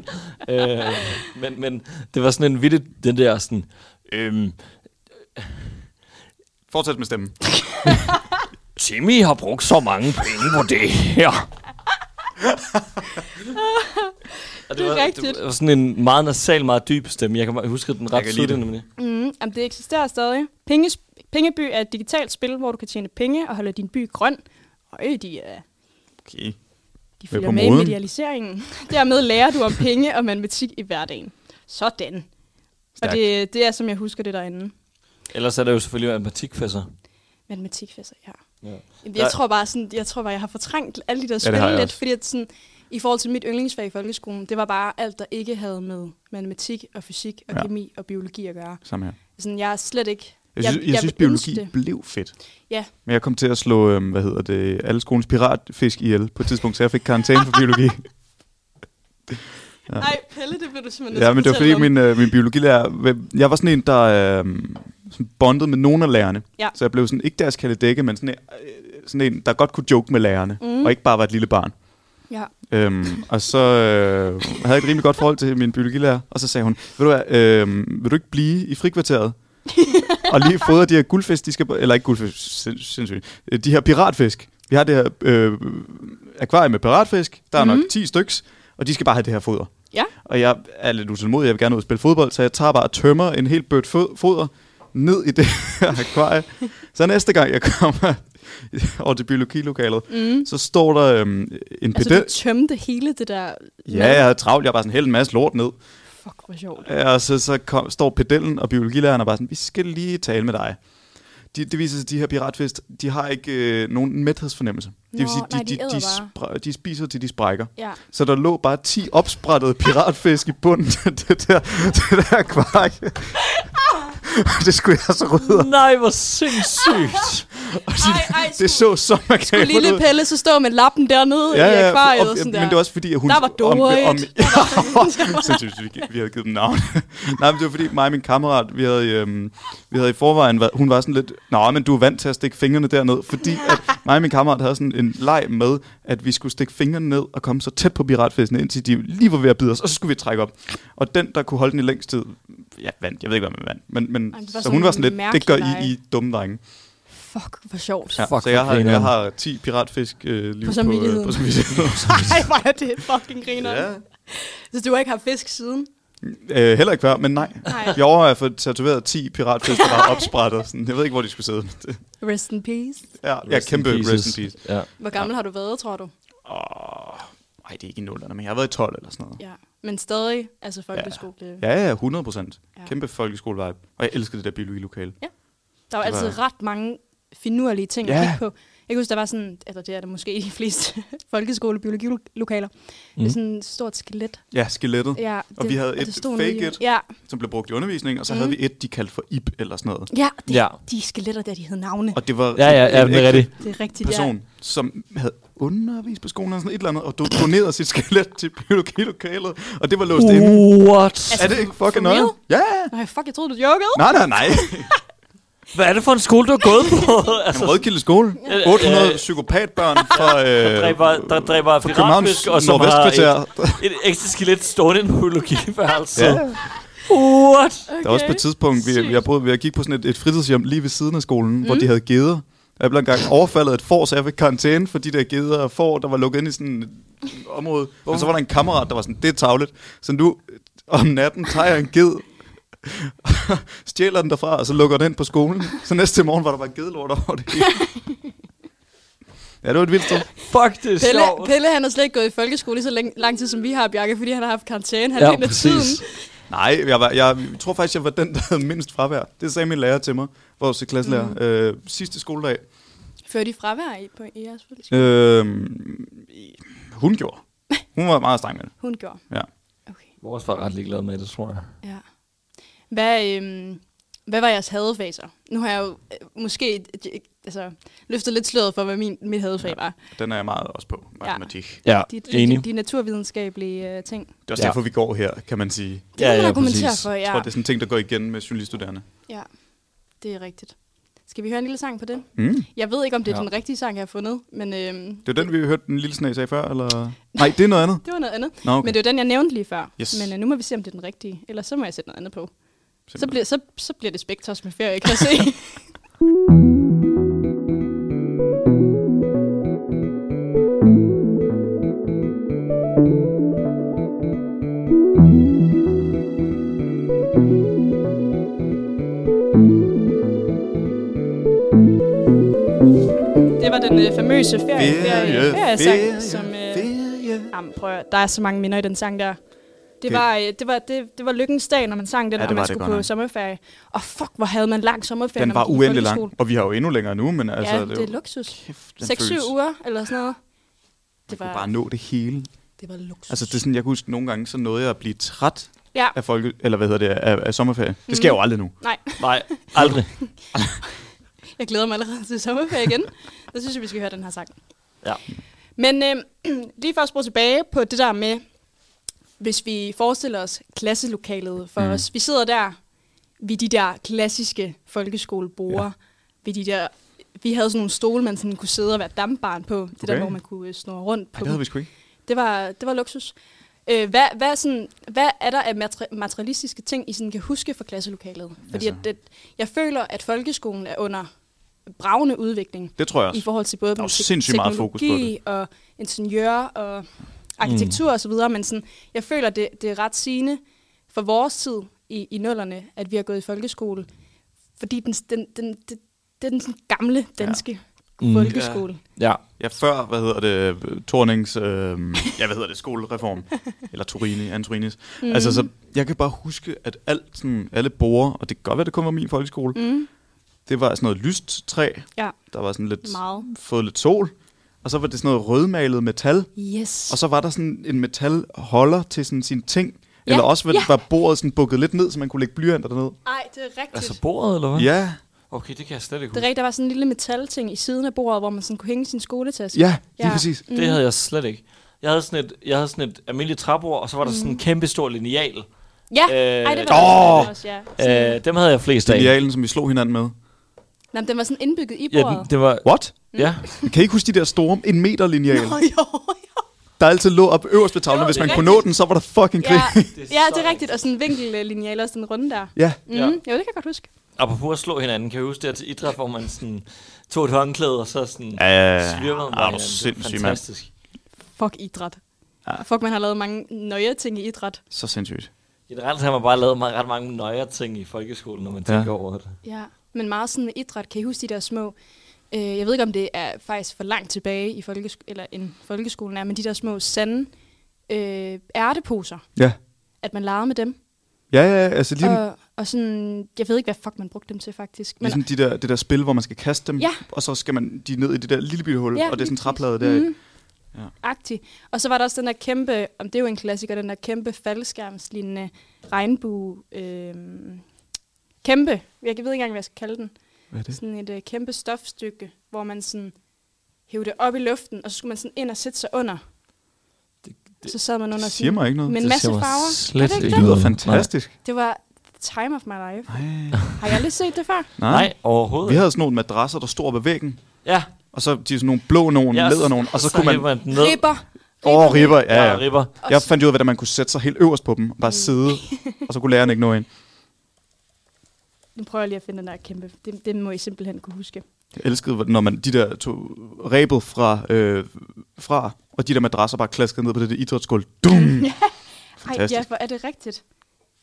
ved,
Ja.
der skal penge. (laughs) øh, men, men det var sådan en vildt, den der sådan... Øhm,
Fortsæt med stemmen.
Timmy har brugt så mange penge på det
(laughs)
her. Og
Det er
var,
rigtigt.
Det var sådan en meget nasal, meget dyb stemme. Jeg kan bare huske den
Jeg
ret
kan lide
tydeligt,
det.
nemlig.
Mm, jamen det eksisterer stadig. Penges, Pengeby er et digitalt spil, hvor du kan tjene penge og holde din by grøn. Og øh, de, øh,
Okay.
de
på
følger med i
moden.
medialiseringen. (laughs) Dermed lærer du om penge og matematik i hverdagen. Sådan. Og
Stærkt.
det, det er, som jeg husker det derinde.
Ellers er der jo selvfølgelig matematikfasser.
Matematikfasser, ja.
Ja.
Jamen,
Der-
Jeg tror bare, sådan, jeg tror bare, jeg har fortrængt alle de der spil
har jeg
ja, lidt,
også.
fordi at sådan, i forhold til mit yndlingsfag i folkeskolen, det var bare alt, der ikke havde med matematik og fysik og
Ja.
ja. kemi og biologi at gøre.
Samme her.
Sådan, jeg er slet ikke...
Jeg synes, jeg, jeg synes
ville ønske
biologi
det.
blev fedt.
Ja.
Men jeg kom til at slå, øhm, hvad hedder det, alle skolens piratfisk ihjel på et tidspunkt, så jeg fik karantæne for
(laughs)
biologi. Ja.
Nej, Pelle, det blev du simpelthen nødt til
ja,
at
men det var fordi
fortælle om.
min, øh, min biologilærer, hvem- jeg var sådan en, der øhm, sådan bondede med nogle af lærerne.
Ja.
Så jeg blev sådan, ikke deres kalde dække, men sådan en, øh, sådan en, der godt kunne joke med lærerne,
Mm.
og ikke bare var et lille barn.
Ja.
Øhm, og så øh, havde jeg et rimelig godt forhold til min biologilærer, og så sagde hun, vil du, hvad, øh, vil du ikke blive i
(laughs)
frikvarteret? og lige fodre de her guldfisk, de skal, på- eller ikke guldfisk, sind, sindssygt, Øh, de her piratfisk. Vi har det her øh, akvarie med piratfisk, der er
Mhm.
mm-hmm. nok 10 styks, og de skal bare have det her foder.
Ja.
Og jeg er lidt utålmodig, jeg vil gerne ud og spille fodbold, så jeg tager bare og tømmer en helt bødt fod- foder ned i det (laughs) her akvarie. Så næste gang jeg kommer (laughs) over til biologilokalet,
Mm.
så står der øhm, en
Altså,
pedel...
du tømte hele det der...
Ja, jeg havde travlt. Jeg har bare sådan hældt en masse lort ned.
Fuck, hvor sjovt.
Og så, så kom, står pedellen og biologilæreren og bare sådan, vi skal lige tale med dig. De, det viser sig, at de her piratfisk, de har ikke øh, nogen mæthedsfornemmelse. Det vil
Nå,
sige, de,
nej, de
de, de,
æder
spr- de spiser til de sprækker.
Ja.
Så der lå bare 10 opsprættede piratfisk i bunden af det der, det der
(laughs)
akvarie. Og det skulle jeg så rydde
(laughs)
op.
Nej, hvor sindssygt.
Og
Ej, ej,
det, det så så
Skulle
makabert
lille
ud.
Pelle så stå med lappen dernede ja, i akvariet og, og sådan der?
Men det var også fordi, at hun...
Der var Dorit.
(laughs) ja, sindssygt, vi, vi havde givet dem navn. (laughs) Nej, men det var fordi, mig og min kammerat, vi havde, øhm, vi havde i forvejen... været- Hun var sådan lidt... Nå, men du er vant til at stikke fingrene derned. Fordi at mig og min kammerat havde sådan en leg med, at vi skulle stikke fingrene ned og komme så tæt på piratfiskene, indtil de lige var ved at bide os, og så skulle vi trække op. Og den, der kunne holde den i længst tid... Ja, vandt. Jeg ved ikke, hvad man vandt. Men, men
Ej, det var
så
sådan
hun var
en
sådan lidt... Det
mærkelig
gør
leg."
I, I er dumme drenge.
Fuck, hvor sjovt.
Ja,
Ja.
Fuck,
så jeg
hvor
har, jeg
grineren.
har 10 piratfisk øh, liv på, øh,
samvittigheden.
på samvittigheden.
(laughs) Ej, hvor er det fucking griner.
Ja.
Ja. Så du har ikke haft fisk siden?
Øh, heller ikke før, men nej.
Nej.
Jeg overvejer at få tatoveret 10 piratfisk, der var opsprættet. Sådan. Jeg ved ikke, hvor de skulle sidde. Det-
Rest in peace.
Ja, jeg
in
kæmpe
pieces.
rest in peace.
Ja.
Hvor gammel har du været, tror du?
Åh, nej, det er ikke i nullerne, men jeg har været i 12 eller sådan noget.
Ja. Men stadig, altså folkeskole. Ja. Ja.
Ja, ja, 100 procent.
Ja.
Kæmpe folkeskolevibe. Og jeg elskede det der biologilokale.
Der var
Det var-
altid ret mange finurlige ting
Ja.
at kigge på. Jeg kan huske, der var sådan, eller det er der måske i de fleste (laughs) folkeskole-biologilokaler, mm.
Mm.
med sådan et stort skelet,
Ja, skelettet,
Ja,
Og vi havde et
det stod nede
fake
i-
it.
Ja,
som blev brugt i undervisning, og så
Mm.
havde vi et, de kaldte for ip eller sådan noget.
ja, det,
Ja.
ja. de skeletter der, de hed navne.
Og det var
Ja, ja, ja,
en
det er
ægte
rigtigt.
Det er rigtigt,
person,
ja.
som havde undervist på skolen eller sådan et eller andet, og do- donerede sit skelet til biologilokalet, og det var låst uh. inde.
What?
Er det ikke
Altså, for
fucking noget?
real?
Ja, ja.
Nej, fuck, jeg troede, du jokede.
Nej, nej, nej.
Hvad er det for en skole, du har gået på?
Jamen, Rødkilde skole.
Ja.
800
Øh,
psykopatbørn
(laughs)
fra,
der
(laughs) øh,
dræber, der dræber
fra Københavns
piratfisk, og som har et,
nordvestkvarter.
et ekstra skelet stående i en hologitværelse.
Ja.
Ja. What?
Okay.
Der var også på et tidspunkt, vi,
Sygt.
jeg, boede, jeg gik på sådan et, et fritidshjem lige ved siden af skolen, mm. hvor de havde geder. Jeg blev engang overfaldet af et får, så jeg fik karantæne for de der geder og får, der var lukket ind i sådan et område. Men så var der en kammerat, der var sådan, det er tavlet. Så nu øh, om natten tager jeg en ged, (laughs) stjæler den derfra, og så lukker den ind på skolen. Så næste morgen var der bare gedelort over det
(laughs)
hele. Ja, det var et vildt sted.
Fuck, det er
Pelle,
sjovt.
Pelle, han har slet ikke gået i folkeskole i så lang, lang tid, som vi har, Bjarke, fordi han har haft karantæne. Han
Ja,
ja, af
præcis.
tiden.
Nej, jeg, var, jeg tror faktisk, jeg var den, der havde mindst fravær. Det sagde min lærer til mig, vores klasselærer, mm. øh, sidste skoledag.
Fører de fravær i, på i jeres folkeskole?
Øh, hun gjorde. Hun var meget streng med det.
Hun gjorde.
Øh. Ja.
Okay,
Vores var ret ligeglade med det, tror jeg.
ja. Hvad, øhm, hvad var jeres hadefaser? Nu har jeg jo øh, måske øh, altså, løftet lidt sløret for, hvad min, mit hadefag ja. var.
Den er jeg meget også på,
Ja.
matematik.
Ja,
De, de, de,
enig.
de naturvidenskabelige øh, ting.
Det er også
Ja.
derfor, vi går her, kan man sige.
Det kan man argumentere for, ja.
Jeg tror, det er sådan en ting, der går igen med journaliststuderende.
Ja, det er rigtigt. Skal vi høre en lille sang på det?
Mm.
Jeg ved ikke, om det er
Ja.
ja. den rigtige sang, jeg har fundet, men øhm,
Det var den, vi hørte den lille snas af før, eller? Nej, det er noget andet.
det var noget andet.
Nå, okay.
Okay. Men det var den, jeg nævnte lige før.
Yes.
Men øh, nu må vi se, om det er den rigtige. Ellers så må jeg sætte noget andet på. Så
Simpelthen.
bliver, så, så bliver det Spectres med ferie, kan jeg se.
(laughs)
Det var den øh, famøse ferie, ferie, ferie, ferie, sang, som... Øh,
ferie.
Jamen, prøv at, høre, der er så mange minder i den sang der. Det,
Det-
var, øh, det, var, det, det var lykkens dag, når man sang den, ja,
Ja, det
og
var
man
det
skulle
godt
på
nok.
sommerferie. Og fuck, hvor havde man lang sommerferie,
Den
når
var
man gik i
uendelig
folkeskole.
lang, og vi har jo endnu længere nu, men altså...
ja, det, det er luksus.
Kæft, den
6-7 uger, eller sådan noget.
Det
Det
var...
var,
bare nå det hele.
det var luksus.
Altså, det er sådan, jeg kan huske, nogle gange så nåede jeg at blive træt
ja,
af, folke, eller hvad hedder det, af, af sommerferie. Det sker jo
Mhm.
aldrig nu.
nej,
Nej,
(laughs)
aldrig.
jeg glæder mig allerede til sommerferie igen. Der synes jeg, vi skal høre den her sang.
Ja.
Men øh, lige for at spole tilbage på det der med, hvis vi forestiller os klasselokalet for mm. os. Vi sidder der ved de der klassiske folkeskoleborde, ja. ved de der vi havde sådan nogle stole, man sådan kunne sidde og være dampbarn på. Det okay.
Okay.
der, hvor man kunne øh, snurre rundt
Ej,
på.
det
dem.
havde vi sgu ikke.
Det var, det var luksus. Øh, hvad, hvad, er sådan, hvad er der af materi- materialistiske ting, I sådan kan huske fra klasselokalet? Fordi
Altså.
altså. at det, jeg føler, at folkeskolen er under bravende udvikling
Det tror jeg
i
også.
forhold til både
Altså, Der er jo
te-
sindssygt meget fokus på det.
teknologi og ingeniører og arkitektur mm. og så videre, men sådan, jeg føler, det, det er ret sigende for vores tid i, i nullerne, at vi har gået i folkeskole, fordi den, den, den, den, det er den sådan gamle danske ja.
Mm.
folkeskole.
Ja.
Ja, før, hvad hedder det, Tornings, øh, ja, hvad hedder det,
(laughs)
skolereform, eller Torini, Antorinis.
Mhm.
Mm. Altså, så jeg kan bare huske, at alt sådan, alle borer, og det kan godt være, det kun var min folkeskole,
Mm.
det var sådan noget lyst træ,
Ja,
der var sådan lidt,
meget.
fået lidt sol, og så var det sådan noget rødmalet metal,
Yes.
og så var der sådan en metalholder til sådan sine ting,
Ja,
eller også var,
ja.
var bordet sådan bukket lidt ned, så man kunne lægge blyanter dernede.
Ej, det er rigtigt.
Altså bordet, eller hvad?
Ja,
Okay, det kan jeg slet ikke
Det er
huske.
rigtigt, der var sådan en lille metalting i siden af bordet, hvor man sådan kunne hænge sin skoletaske.
ja, lige
Ja.
præcis.
Det havde jeg slet ikke. Jeg havde sådan et, jeg havde sådan et almindeligt træbord, og så var der
Mm.
sådan en kæmpe stor lineal.
Ja,
Øh,
Ej, det var også,
åh!
det også, ja. Sådan,
Øh, dem havde jeg flest af.
Idealen, som vi slog hinanden med.
Nå, men den var sådan indbygget i
Ja,
bordet. Mm.
den- det var...
What?
Ja.
Kan I ikke huske de der store en meter lineal?
Nå, jo, jo.
der altid lå op øverst ved tavlen. Hvis man kunne nå den, så var der fucking
Ja,
krig. (laughs) Ja.
Det er
ja,
så
det er rigtigt. Og sådan vinkellinealer, sådan en runde der.
ja.
Mm,
Ja.
ja. Jo, det kan jeg godt huske.
Apropos at slå hinanden, kan jeg huske det her til idræt, hvor man sådan tog et håndklæde, og så sådan
Ja, ja, ja.
svirvede man
Ah,
bare hinanden. Det var
hvor sindssyg, mand.
Fantastisk.
Fuck idræt.
Ja.
Ja. Fuck, man har lavet mange nøje ting i idræt.
Så sindssygt.
Generelt har man bare lavet meget, ret mange nøjere ting i folkeskolen, når man
Ja.
tænker over det.
Ja. Men meget sådan med idræt, kan I huske de der små... Øh, jeg ved ikke, om det er faktisk for langt tilbage i folkesko- eller en folkeskolen er, men de der små sande øh, ærteposer,
Ja.
at man legede med dem.
Ja, ja, altså ligesom,
og, og sådan, jeg ved ikke, hvad fuck man brugte dem til faktisk. Men,
ligesom de der, det der spil, hvor man skal kaste dem,
Ja.
og så skal man de er ned i det der lille bitte hul,
Ja,
og det er sådan en
lige Mhm.
træplade der. Mm. Ja.
Ja. Agtig. Og så var der også den der kæmpe, om det er jo en klassiker, den der kæmpe faldskærmslignende regnbue. Øh, kæmpe, jeg ved ikke engang, hvad jeg skal kalde den.
Hvad er det?
Sådan et øh, kæmpe stofstykke, hvor man sådan hævde det op i luften, og så skulle man sådan ind og sætte sig under.
Det-
Det, det, så sad man under
Det
sådan
siger mig ikke noget.
med en
Det
masse
siger mig
farver.
slet
Er det ikke
Det
ikke
lyder
noget.
fantastisk.
Det var time of my life. Har jeg aldrig set det før?
Nej,
Vi
overhovedet ikke.
havde sådan nogle madrasser, der stod op ad væggen.
Ja,
Og så de er sådan nogle blå nogen,
ja,
læder nogen. Og så, kunne man...
hæver
Åh,
man den ned.
Ripper.
oh, ribber. Ja,
Ja,
ja.
ripper.
Jeg fandt ud af, hvordan man kunne sætte sig helt øverst på dem. Og bare sidde. og så kunne læreren ikke nå ind.
Nu prøver jeg lige at finde den der kæmpe. Den, den må I simpelthen kunne huske.
Jeg elskede, når man de der to rebet fra, øh, fra, og de der madrasser bare klaskede ned på det der idrætsgulv. Dum!
Ej,
Fantastisk.
ja, for er det rigtigt?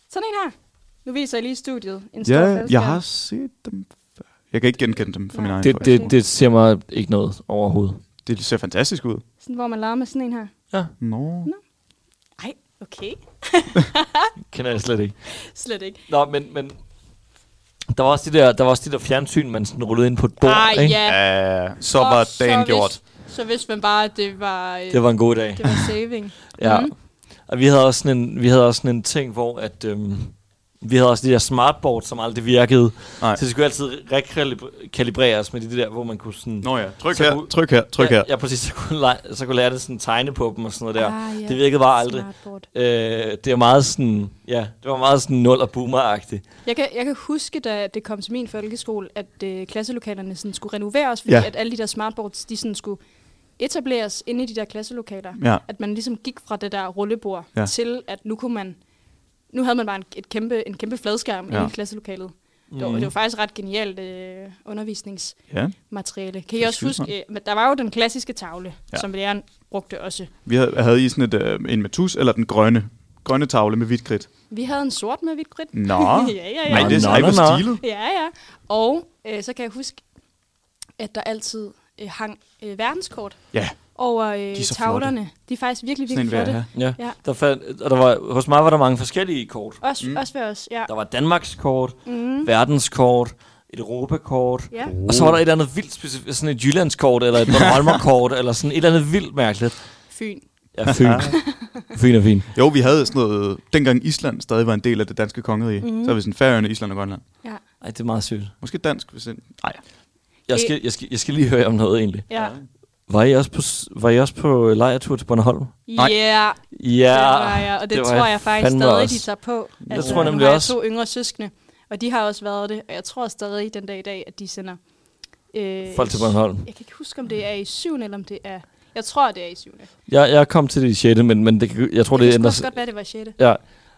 Sådan en her. Nu viser jeg lige i studiet. En stor
Ja,
faldskærm.
jeg har set dem før. Jeg kan ikke genkende dem fra min
Nej.
egen.
Det,
Det,
det, det siger mig ikke noget overhovedet.
det ser fantastisk ud.
Sådan, hvor man leger med sådan en her.
Ja,
Nå.
Ej, okay.
kender jeg slet ikke.
Slet ikke.
Nå, men, men der var også de der, der var også de der fjernsyn, man sådan rullede ind på et bord,
Ej,
ikke?
ja.
Ja, så
Og
var dagen
så
gjort.
Vidste, så vidste man bare, at det var, øh,
Det var en god dag.
det var saving.
Ja.
Mhm.
Og vi havde også sådan en, vi havde også sådan en ting, hvor at, øhm, vi havde også de der smartboard, som aldrig virkede.
Nej.
Så det skulle altid rekalibreres med de der, hvor man kunne sådan...
Nå ja, tryk
Så
her,
kunne-
tryk her, tryk her.
Ja, ja præcis. Så kunne, lege, så kunne lære det sådan tegne på dem og sådan noget der.
Ah, ja.
Det virkede bare aldrig.
Smartboard.
Øh, det er meget sådan... Ja, det var meget sådan nul- og boomer-agtigt.
Jeg kan, jeg kan huske, da det kom til min folkeskole, at øh, klasselokalerne sådan skulle renoveres, fordi
Ja.
ja. at alle de der smartboards, de sådan skulle etableres inde i de der klasselokaler.
Ja.
At man ligesom gik fra det der rullebord
Ja.
ja. til, at nu kunne man... Nu havde man bare en, et kæmpe, en kæmpe fladskærm
Ja.
ja. i klasselokalet. Det var, det var faktisk ret genialt øh, undervisningsmateriale.
Ja.
Kan I også
synes
huske, øh, men der var jo den klassiske tavle,
Ja.
ja. som læreren brugte også.
Vi havde, havde I sådan et, øh, en matus eller den grønne? Grønne tavle med hvidt kridt.
Vi havde en sort med hvidt kridt.
Nå.
(laughs) ja, ja, ja.
Nej, det er
Nå,
nej,
nå,
hvor
nå.
stilet.
(laughs) Ja, ja. Og øh, så kan jeg huske, at der altid øh, hang øh, verdenskort
Ja,
over øh,
er så
tavlerne. De er faktisk virkelig,
sådan
virkelig
en vil jeg
flotte.
have.
Ja.
Ja.
Der fandt, og der var, hos mig var der mange forskellige kort.
Også, mm. også ved os, ja.
Der var Danmarkskort,
Mm.
verdenskort, et Europakort.
ja.
Og så var der et eller andet vildt specifikt, sådan et Jyllandskort, eller et Bornholmerkort, eller sådan et eller andet vildt mærkeligt.
Fyn.
Ja, Fyn. Fyn er fin.
Jo, vi havde sådan noget, dengang Island stadig var en del af det danske kongerige. Mm. Så havde vi sådan Færøerne, Island og Grønland.
Ja.
Ej, det er meget sødt.
Måske dansk, hvis en... Nej,
Jeg
Det-
skal, jeg, skal, jeg skal lige høre om noget egentlig.
Ja.
Var I også på, s- var I også på øh, lejretur til Bornholm?
Nej.
Yeah,
Ja,
det var jeg, og det,
det
det
var
tror
jeg
jeg faktisk
fandme
stadig,
også.
de tager på. Altså,
Jeg tror
nu
nemlig
har
også-
Jeg to yngre søskende, og de har også været det, og jeg tror stadig den dag i dag, at de sender... Øh,
folk til Bornholm.
Jeg kan ikke huske, om det er i syvende, eller om det er... Jeg tror, det er i syvende.
Jeg, jeg kom til det i 6., men, men det, kan- jeg tror,
Jeg
det
det
ændrer
også
sig.
godt være, det var i sjette.
Ja.
Ja.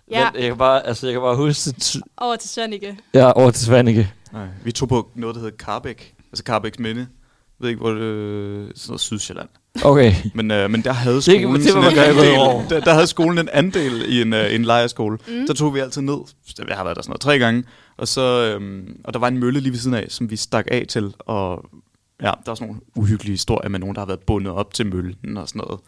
Men jeg kan bare, altså, jeg kan bare huske, det t-
Over til Sønneke.
ja, over til Svanike.
nej. Vi tog på noget, der hed Karbæk. Altså Karbæks Minde. Jeg ved ikke, hvor det... Sådan noget Sydsjælland.
Okay.
Men, øh, men der havde
Det er ikke-
skolen
det var
sådan en
man godt gået over.
andel, der, der havde skolen en andel i en, øh, en lejerskole. Mm. Der tog vi altid ned, jeg har været der sådan noget tre gange, og, så, øhm, og der var en mølle lige ved siden af, som vi stak af til, og ja, der er sådan nogle uhyggelige historier med nogen, der har været bundet op til møllen og sådan noget.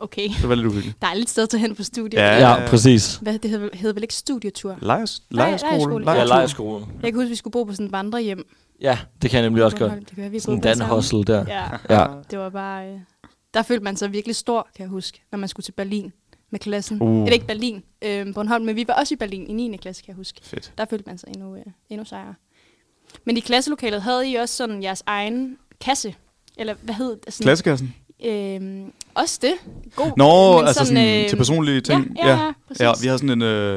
Okay.
Det var lidt uhyggeligt.
Der er lidt sted til hen på studiet.
Ja.
Ja.
Ja, præcis.
Hvad, det hedder, hedder vel ikke studietur?
Lejers,
Nej,
lejerskole?
lejerskole.
Ja,
Lejretur.
lejerskolen.
Jeg kan huske, vi skulle bo på sådan et vandrehjem.
Ja, det kan jeg nemlig også godt.
Det kan være, vi
Sådan
boede
en
på
Dan
sammen.
Hossel der.
Ja,
Ja.
det var bare... Øh, der følte man sig virkelig stor, kan jeg huske, når man skulle til Berlin med klassen.
Uh.
Uh. Eller ikke Berlin, øh, Bornholm, men vi var også i Berlin i 9. klasse, kan jeg huske.
Fedt.
Der følte man sig endnu, øh, endnu sejere. Men i klasselokalet havde I også sådan jeres egen kasse. Eller hvad hed det? Sådan-
Klassekassen?
Øh, også det. God.
Nå,
men øhm,
altså sådan, sådan øh, til personlige ting.
Ja, ja, ja, præcis.
ja, vi havde sådan en, øh,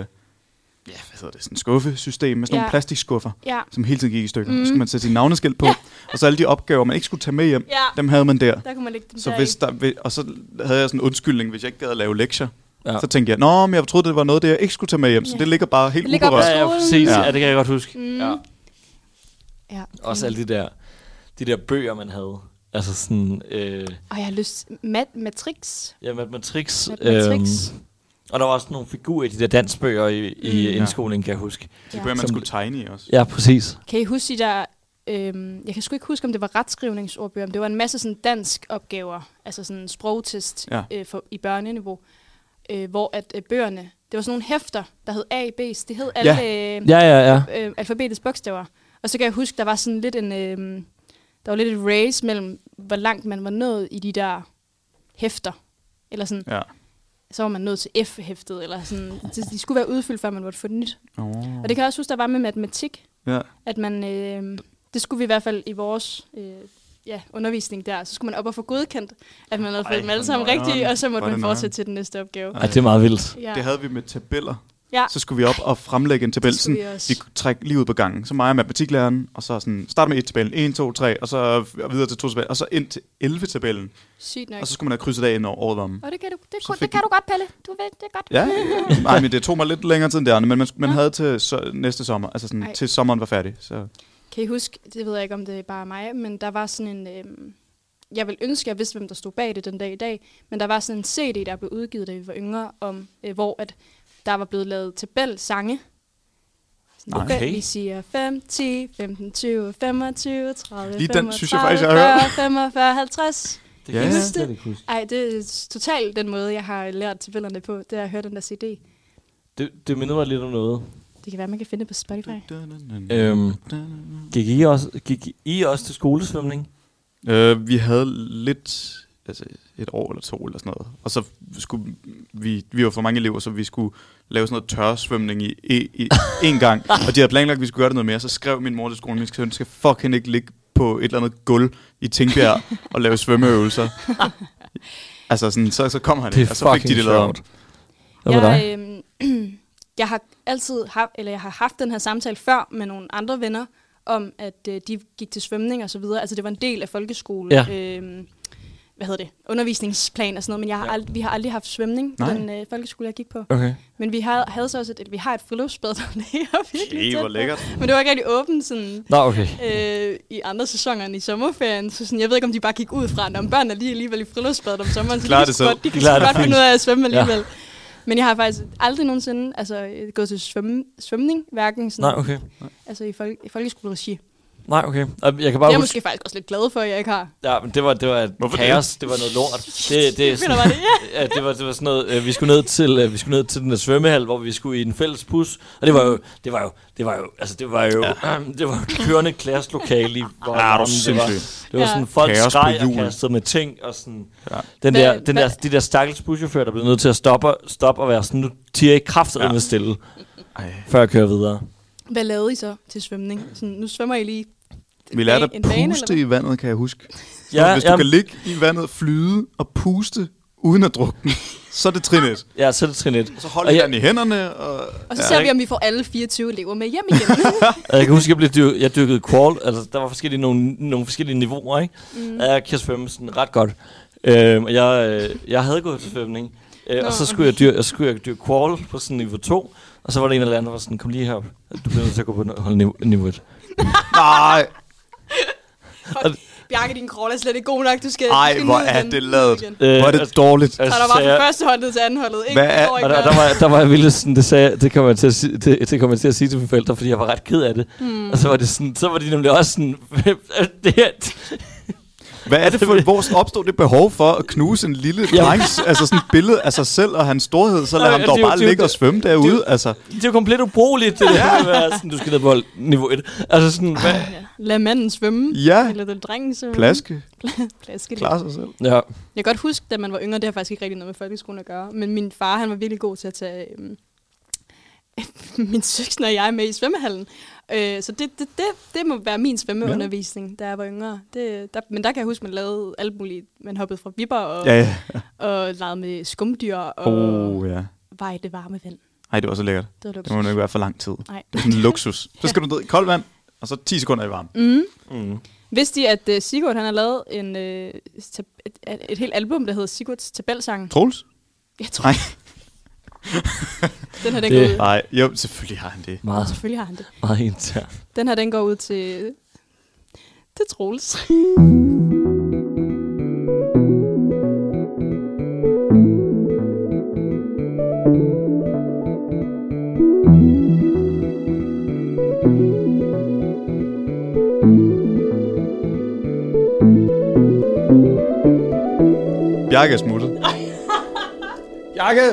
ja, hvad hedder det, sådan en skuffesystem med sådan nogle
Ja.
plastikskuffer.
ja.
som hele tiden gik i stykker. Mm.
Mm.
Så skulle man sætte sin navneskilt på, ja. og så alle de opgaver, man ikke skulle tage med hjem,
Ja.
dem havde man der.
Der kunne man lægge dem
Så
der
hvis
i.
der, vi- og så havde jeg sådan en undskyldning, hvis jeg ikke gad at lave lektier.
Ja.
Ja. Så tænkte jeg, nå, men jeg troede, det var noget, det jeg ikke skulle tage med hjem, så
Ja.
det ligger bare helt
Det ligger
uberørt.
bare-
Ja, ja, præcis.
Ja.
Ja. det kan jeg godt huske.
Mm.
Ja.
Ja.
Også alle de der, de der bøger, man havde. Altså sådan, øh,
Og jeg har lyst... Mat- Matrix.
ja, matrix.
Matrix.
Øhm, og der var også nogle figurer i de der dansbøger i, i
Mm.
mm. indskolingen, kan jeg huske.
Det
Ja.
bør man
Som-
skulle tegne i også.
Ja, præcis.
Kan I huske de der... Øhm, jeg kan sgu ikke huske, om det var retskrivningsordbøger, men det var en masse sådan dansk opgaver, altså sådan en sprogtest
Ja.
ja. øh, for, i børneniveau, øh, hvor at øh, bøgerne, det var sådan nogle hæfter, der hed A, B, C, det hed alle øh,
Ja, ja, ja.
øh, alfabetets bogstaver. Og så kan jeg huske, der var sådan lidt en, øh, der var lidt et race mellem, hvor langt man var nået i de der hæfter. Eller sådan,
Ja.
så var man nået til F-hæftet, eller sådan. De, de skulle være udfyldt, før man måtte få det nyt.
Oh.
Og det kan jeg også huske, der var med matematik,
ja.
at man, øh, det skulle vi i hvert fald i vores øh, ja, undervisning der, så skulle man op og få godkendt, at man havde
Ej,
fået dem alle
hvor
sammen
nøjeren.
rigtigt, og så
Hvor
måtte
er
man
det nøjeren.
fortsætte til den næste opgave.
Ej, det er meget vildt.
Ja.
Det havde vi med tabeller.
Ja.
Så skulle vi op og fremlægge en tabel.
Det skulle
Sådan,
vi
vi,
også.
vi kunne trække lige ud på gangen. Så mig og matematiklæreren, og så sådan, starte med et tabellen, 1, 2, 3, og så videre til to tabellen, og så ind til 11 tabellen.
Sygt nok.
Og så skulle man have krydset af ind over året var om.
Og det kan du, det,
Så
kun,
fik
det kan du godt, Pelle. Du ved, det er godt.
Ja,
(laughs)
nej, men det tog mig lidt længere tid end det andet, men man, man
Nå.
havde til så, næste sommer, altså sådan,
Ej.
til sommeren var færdig. Så.
Kan I huske, det ved jeg ikke, om det er bare mig, men der var sådan en... Øhm, jeg vil ønske, at jeg vidste, hvem der stod bag det den dag i dag, men der var sådan en CD, der blev udgivet, da vi var yngre, om, øh, hvor at der var blevet lavet tabelsange. Sådan,
Okay.
fem- Vi siger 5, 10, 15, 20, 25, 30,
Lige
35,
den synes jeg faktisk, jeg
40, 45, 50.
Det
Ja.
Husk det. Ej, det er totalt den måde, jeg har lært tabellerne på, det er at høre den der CD.
Det, det minder mig lidt om noget.
Det kan være, man kan finde det på Spotify.
Øhm, gik, I også, gik I også til skolesvømning?
Øh, vi havde lidt, altså et år eller to eller sådan noget, og så skulle vi, vi var for mange elever, så vi skulle lave sådan noget tørsvømning i, i,
(laughs)
i en gang, og de havde planlagt, at vi skulle gøre det noget mere, så skrev min mor til skolen, at min søn skal fucking ikke ligge på et eller andet gulv i Tingbjerg og
(laughs)
lave svømmeøvelser. altså sådan, så, så kom han ikke, og så fik de det lavet om.
Hvad med dig?
Jeg, øh, (clears throat) jeg har altid haft, eller jeg har haft den her samtale før med nogle andre venner, om at øh, de gik til svømning og så videre. Altså det var en del af folkeskole.
Ja.
Øh, hvad hedder det? Undervisningsplan og sådan noget, men jeg har
Ja.
ald- vi har aldrig haft svømning på
Nej.
den øh, folkeskole, jeg gik på.
Okay.
Men vi havde, havde så også et, et, vi har et friluftsbad, der (laughs) ligger virkelig
Okay,
tæt
hvor
på.
lækkert.
Men det var ikke rigtig åbent sådan,
Nå, okay.
øh, i andre sæsoner end i sommerferien. Så sådan, jeg ved ikke, om de bare gik ud fra, at om børn er lige alligevel i friluftsbadet om sommeren, så
Klarer
de, kan
det
sgu
selv.
godt, de kan
De klarer
sgu
det
godt
fint.
finde ud af at svømme alligevel. Ja. Men jeg har faktisk aldrig nogensinde altså, øh, gået til svømme, svømning, hverken sådan,
Nej, okay.
altså, i, folk, i folkeskoleregi. Det
Nej, okay. Og Jeg kan
er
bare
jeg
huske...
måske faktisk også lidt glad for, at jeg ikke har.
Ja, men det var, det var et
Hvorfor det?
kaos. Det? var noget lort. Det, det,
(laughs) Finder
er sådan,
bare det, ja.
ja, det, var, det var sådan noget... Øh, vi, skulle ned til, øh, vi skulle ned til den der svømmehal, hvor vi skulle i en fælles pus. Og det var jo... Det var jo... Det var jo... Altså, det var jo... Ja. (clears throat) det var jo et kørende klasselokale i... Hvor
Ja, Ah, du er
det var,
sindssyg.
det var
Ja.
sådan, folk
Kaos på
skreg og
hjul.
kastede med ting, og sådan...
Ja.
Den
Hvad-
der, den der,
hvad-
de der stakkels buschauffør, der blev nødt til at stoppe, og- stoppe og være sådan, nu tiger jeg kraftet ja.
Ja.
med stille,
Ej.
før jeg kører videre.
Hvad lavede I så til svømning? Sådan, nu svømmer I lige
Vi lærte at
en bane, eller
puste i vandet, kan jeg huske. Ja,
Ja,
hvis du
jamen-
kan ligge i vandet, flyde og puste uden at drukne, (laughs) så er det trin et.
Ja, så er det trin 1.
Så hold
Og
ja.
jeg-
den i hænderne. Og,
Og så
ja.
ja, ser vi, om vi får alle 24 elever med hjem igen.
Og jeg kan huske, jeg, blev dyr, jeg dyrkede crawl. Altså, der var forskellige, nogle, nogle forskellige niveauer, ikke? Mm. Jeg kan svømme sådan ret godt. Øhm, og jeg, øh, jeg havde gået til svømning. Øh,
Nå,
og så skulle jeg dyr, jeg skulle jeg dyr crawl på sådan niveau 2. Og så var der en eller anden, der var sådan, kom lige herop. Du bliver nødt til at gå på n- holde niveau, niveau 1.
Nej,
Bjarke, din crawl er slet ikke god nok. Du skal, du
ej,
skal
hvor
ned
er
igen.
det
Ned
lavet.
igen.
Hvor er
Altså,
det dårligt.
Så er der bare fra første hold ned til anden holdet. Ikke?
Hvad er-
Går ikke
Og der,
noget.
der, var, der var jeg vildt sådan, det, sagde, det kom jeg til at, sige, det, det kom jeg til at sige til mine forældre, fordi jeg var ret ked af det.
Hmm.
Mm. Og så var, det sådan, så var de nemlig også sådan, (laughs) det her,
Hvad er det for, hvor opstod det behov for at knuse en lille
Ja.
drengs, altså sådan et billede af sig selv og hans storhed, så lad
Nej, altså,
ham dog
det er jo-
bare
det er jo
ligge og
det-
svømme
det er
derude,
jo-
altså.
det er jo komplet ubrugeligt, det der, med at være sådan, du skal ned på hold- niveau 1. Altså sådan, hvad?
(coughs) Lad manden svømme.
Ja.
Eller den drengen svømme.
Plaske,
Plaske det.
klare sig selv.
Ja.
Jeg kan godt huske, da man var yngre, det har faktisk ikke rigtig noget med folkeskolen at gøre, men min far, han var virkelig god til at tage øhm, (laughs) min søskende og jeg med i svømmehallen. Øh, så det, det, det, det må være min svømmeundervisning, da jeg var yngre. Det, der, men der kan jeg huske, man lavede alt muligt. Man hoppede fra vipper og,
Ja,
ja.
ja.
og legede med skumdyr og oh.
Oh, ja.
var i det varme vand.
Ej, det var så lækkert.
Det var
Det må
luksus.
jo ikke være for lang tid.
Nej.
Det er sådan en luksus. Så skal du ned i koldt vand, og så 10 sekunder i varme.
Mm.
Mm.
Vidste I, at uh, Sigurd han har lavet en, uh, et, et, et helt album, der hedder Sigurds Tabelsange?
Troels?
Jeg tror,
Nej.
(laughs) den her den
Det-
går ud.
Nej, jo, selvfølgelig har han det.
Meget,
Selvfølgelig har han det.
meget internt.
Den her den går ud til, til Troels.
Bjarke er smuttet. (laughs) Bjarke!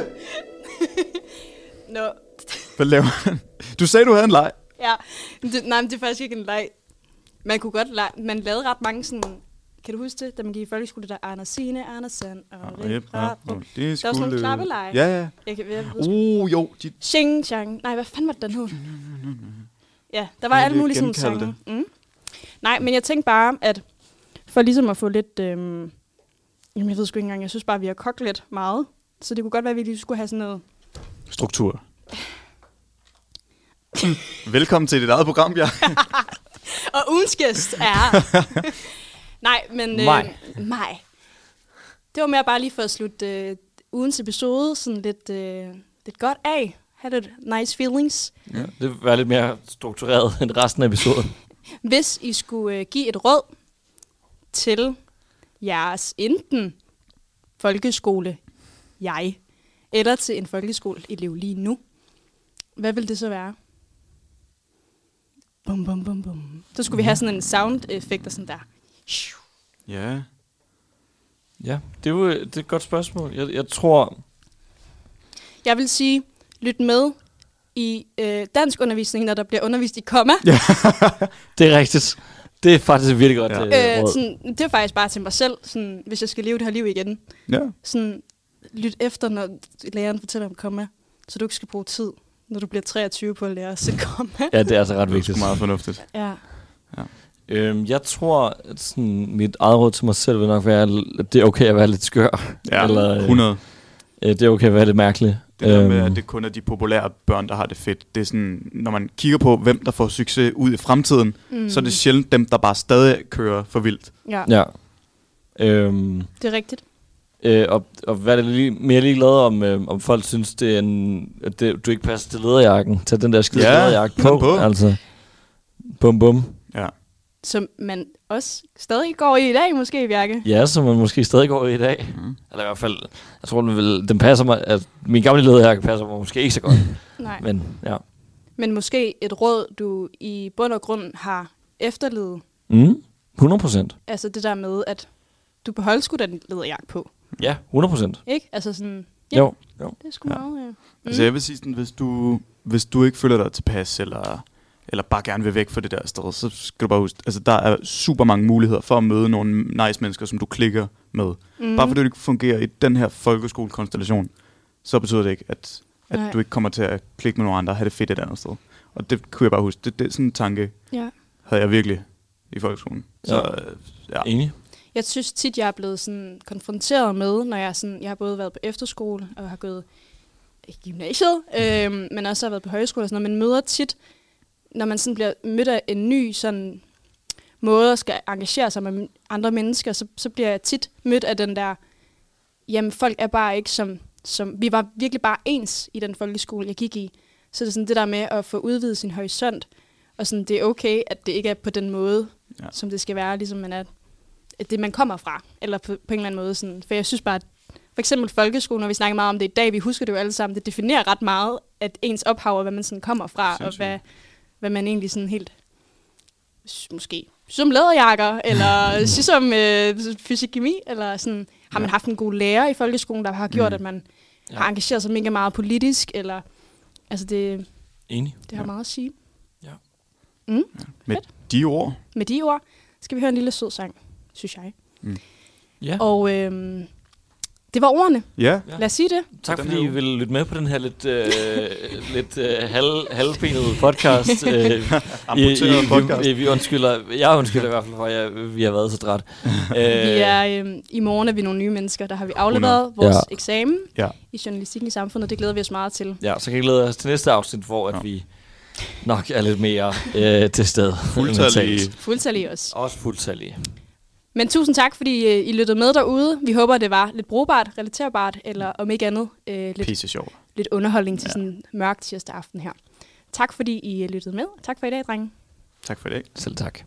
Nå,
Hvad laver han? Du sagde, du havde en leg.
ja. Men Det, nej, men det er faktisk ikke en leg. Man kunne godt lege, man lavede ret mange sådan, kan du huske det, da man gik i folkeskole, der Anders Sine, Andersen
Ah,
og Rip, Rap, Rup.
Det
sådan nogle klappelege.
Ja, ja.
Jeg kan, jeg ved, sgu-
Uh, jo. De,
Xing, Chang. Nej, hvad fanden var det, den
(laughs)
hed? Ja, der var
Jeg
alle
vil
mulige sådan
genkalde
sange. Mm. Nej, men jeg tænkte bare, at for ligesom at få lidt... Øhm, jamen, jeg ved sgu ikke engang, jeg synes bare, vi har kogt lidt meget. Så det kunne godt være, at vi lige skulle have sådan noget
struktur. (clears throat) Velkommen til dit eget program, Bjerg.
Og ugens gæst
(laughs)
er... Nej, men...
Maj.
Øh, maj. Det var mere bare lige for at slutte øh, ugens episode sådan lidt, øh, lidt godt af. Have lidt nice feelings.
Ja. Det var lidt mere struktureret end resten af episoden.
Hvis I skulle øh, give et råd til jeres enten folkeskole, jeg, eller til en folkeskoleelev lige nu, hvad vil det så være? Bum, bum, bum, bum. Så skulle vi have sådan en sound-effekt og sådan der. Shoo.
Ja.
ja, det er jo øh, det er et godt spørgsmål. Jeg, jeg tror...
Jeg vil sige, lyt med i øh, dansk undervisning, når der bliver undervist i komma.
Det er rigtigt. Det er faktisk et virkelig godt
Ja.
ja. øh,
Øh,
råd.
sådan, det er faktisk bare til mig selv, sådan, hvis jeg skal leve det her liv igen.
Ja.
Sådan, lyt efter, når læreren fortæller om komma, så du ikke skal bruge tid, når du bliver 23 på at lære at sætte komma.
Ja, det er altså ret
Det er
vigtigt.
sgu meget fornuftigt.
Ja.
Øhm, jeg tror, at sådan, mit eget råd til mig selv vil nok være, at det er okay at være lidt skør.
Ja,
Eller, øh,
100.
Øh, det er okay at være lidt mærkelig. Øhm,
Det der med, at det kun er de populære børn, der har det fedt. Det er sådan, når man kigger på, hvem der får succes ud i fremtiden, mm. så er det sjældent dem, der bare stadig kører for vildt.
ja.
Ja. Øhm,
Det er rigtigt.
øh, og, og hvad er det lige, mere ligeglad om, øh, om folk synes, det er en, at det, du ikke passer til lederjakken. Tag den der skide
Ja,
ja, lederjakke
tag
på,
den på.
på, altså. Bum bum.
Ja.
Som man også stadig går i i dag, måske, Bjarke.
Ja, som man måske stadig går i i dag.
Mm.
Eller i hvert fald, jeg tror, den, vil, den passer mig, at min gamle lederjakke passer mig måske ikke så
(laughs)
godt.
Nej. Men.
Men ja.
Men måske et råd, du i bund og grund har efterlevet.
Mm, 100 procent.
Altså det der med, at du beholder sgu den lederjagt på.
Ja, 100 procent.
Ikke? Altså sådan, ja,
Yep. Jo. jo.
det er sgu
Ja.
meget, ja. Mm.
Altså jeg vil sige sådan, hvis du, hvis du ikke føler dig tilpas, eller, eller bare gerne vil væk fra det der sted, så skal du bare huske, altså der er super mange muligheder for at møde nogle nice mennesker, som du klikker med. Mm. Bare fordi du ikke fungerer i den her folkeskolekonstellation, så betyder det ikke, at, at
Nej.
du ikke kommer til at klikke med nogle andre og have det fedt et andet sted. Og det kunne jeg bare huske. Det, det er sådan en tanke,
ja.
havde jeg virkelig i folkeskolen. Så
Ja.
øh, ja.
Enig.
Jeg synes tit, jeg er blevet sådan konfronteret med, når jeg, sådan, jeg har både været på efterskole og har gået i gymnasiet, øhm, men også har været på højskole og sådan noget. Man møder tit, når man sådan bliver mødt af en ny sådan, måde at skal engagere sig med andre mennesker, så, så bliver jeg tit mødt af den der, jamen folk er bare ikke som, som, vi var virkelig bare ens i den folkeskole, jeg gik i. Så det er sådan det der med at få udvidet sin horisont, og sådan det er okay, at det ikke er på den måde,
Ja.
ja. som det skal være, ligesom man er at det, man kommer fra, eller på, på en eller anden måde. Sådan. For jeg synes bare, at for eksempel folkeskolen, når vi snakker meget om det i dag, vi husker det jo alle sammen, det definerer ret meget, at ens ophav og hvad man sådan kommer fra,
Sindssygt.
og hvad, hvad man egentlig sådan helt, s- måske, som læderjakker,
(laughs)
eller sy- som øh, fysikkemi, eller sådan, har man haft en god lærer i folkeskolen, der har gjort,
Mm.
at man
Ja.
har engageret sig mega meget politisk, eller, altså det,
Enig.
det har meget at sige.
Med de ord,
Med de ord skal vi høre en lille sød sang, synes jeg.
Ja.
Og øhm, det var ordene.
ja,
Ja.
Lad os sige det.
Tak
Den
fordi
her
I
uge.
ville lytte med på den her lidt, øh, (laughs) lidt øh, hal,
(laughs)
halvbenede podcast. Øh,
amputeret podcast.
Vi, vi undskylder, jeg undskylder i hvert fald for, at jeg, vi har været så
(laughs)
træt. Øh,
Vi er, øh, I morgen er vi nogle nye mennesker, der har vi afleveret vores
Ja.
ja. eksamen
Ja.
i journalistikken i samfundet. Det glæder vi os meget til.
Ja, så kan I glæde os til næste afsnit, hvor at
Ja.
vi nok er lidt mere øh, til stede. (laughs)
Fuldtallige.
mentalt.
Fuldtallige os.
Også fuldtallige.
Men tusind tak, fordi øh, I lyttede med derude. Vi håber, det var lidt brugbart, relaterbart, eller om ikke andet, øh, lidt,
Pisse sjov.
lidt underholdning til
Ja.
sådan en mørk tirsdag aften her. Tak fordi I øh, lyttede med. Tak for i dag, drenge.
Tak for i dag.
Selv tak.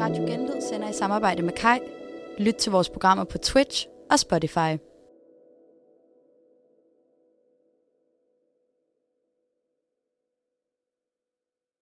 Radio Genlyd sender i samarbejde med Kai. Lyt til vores programmer på Twitch og Spotify.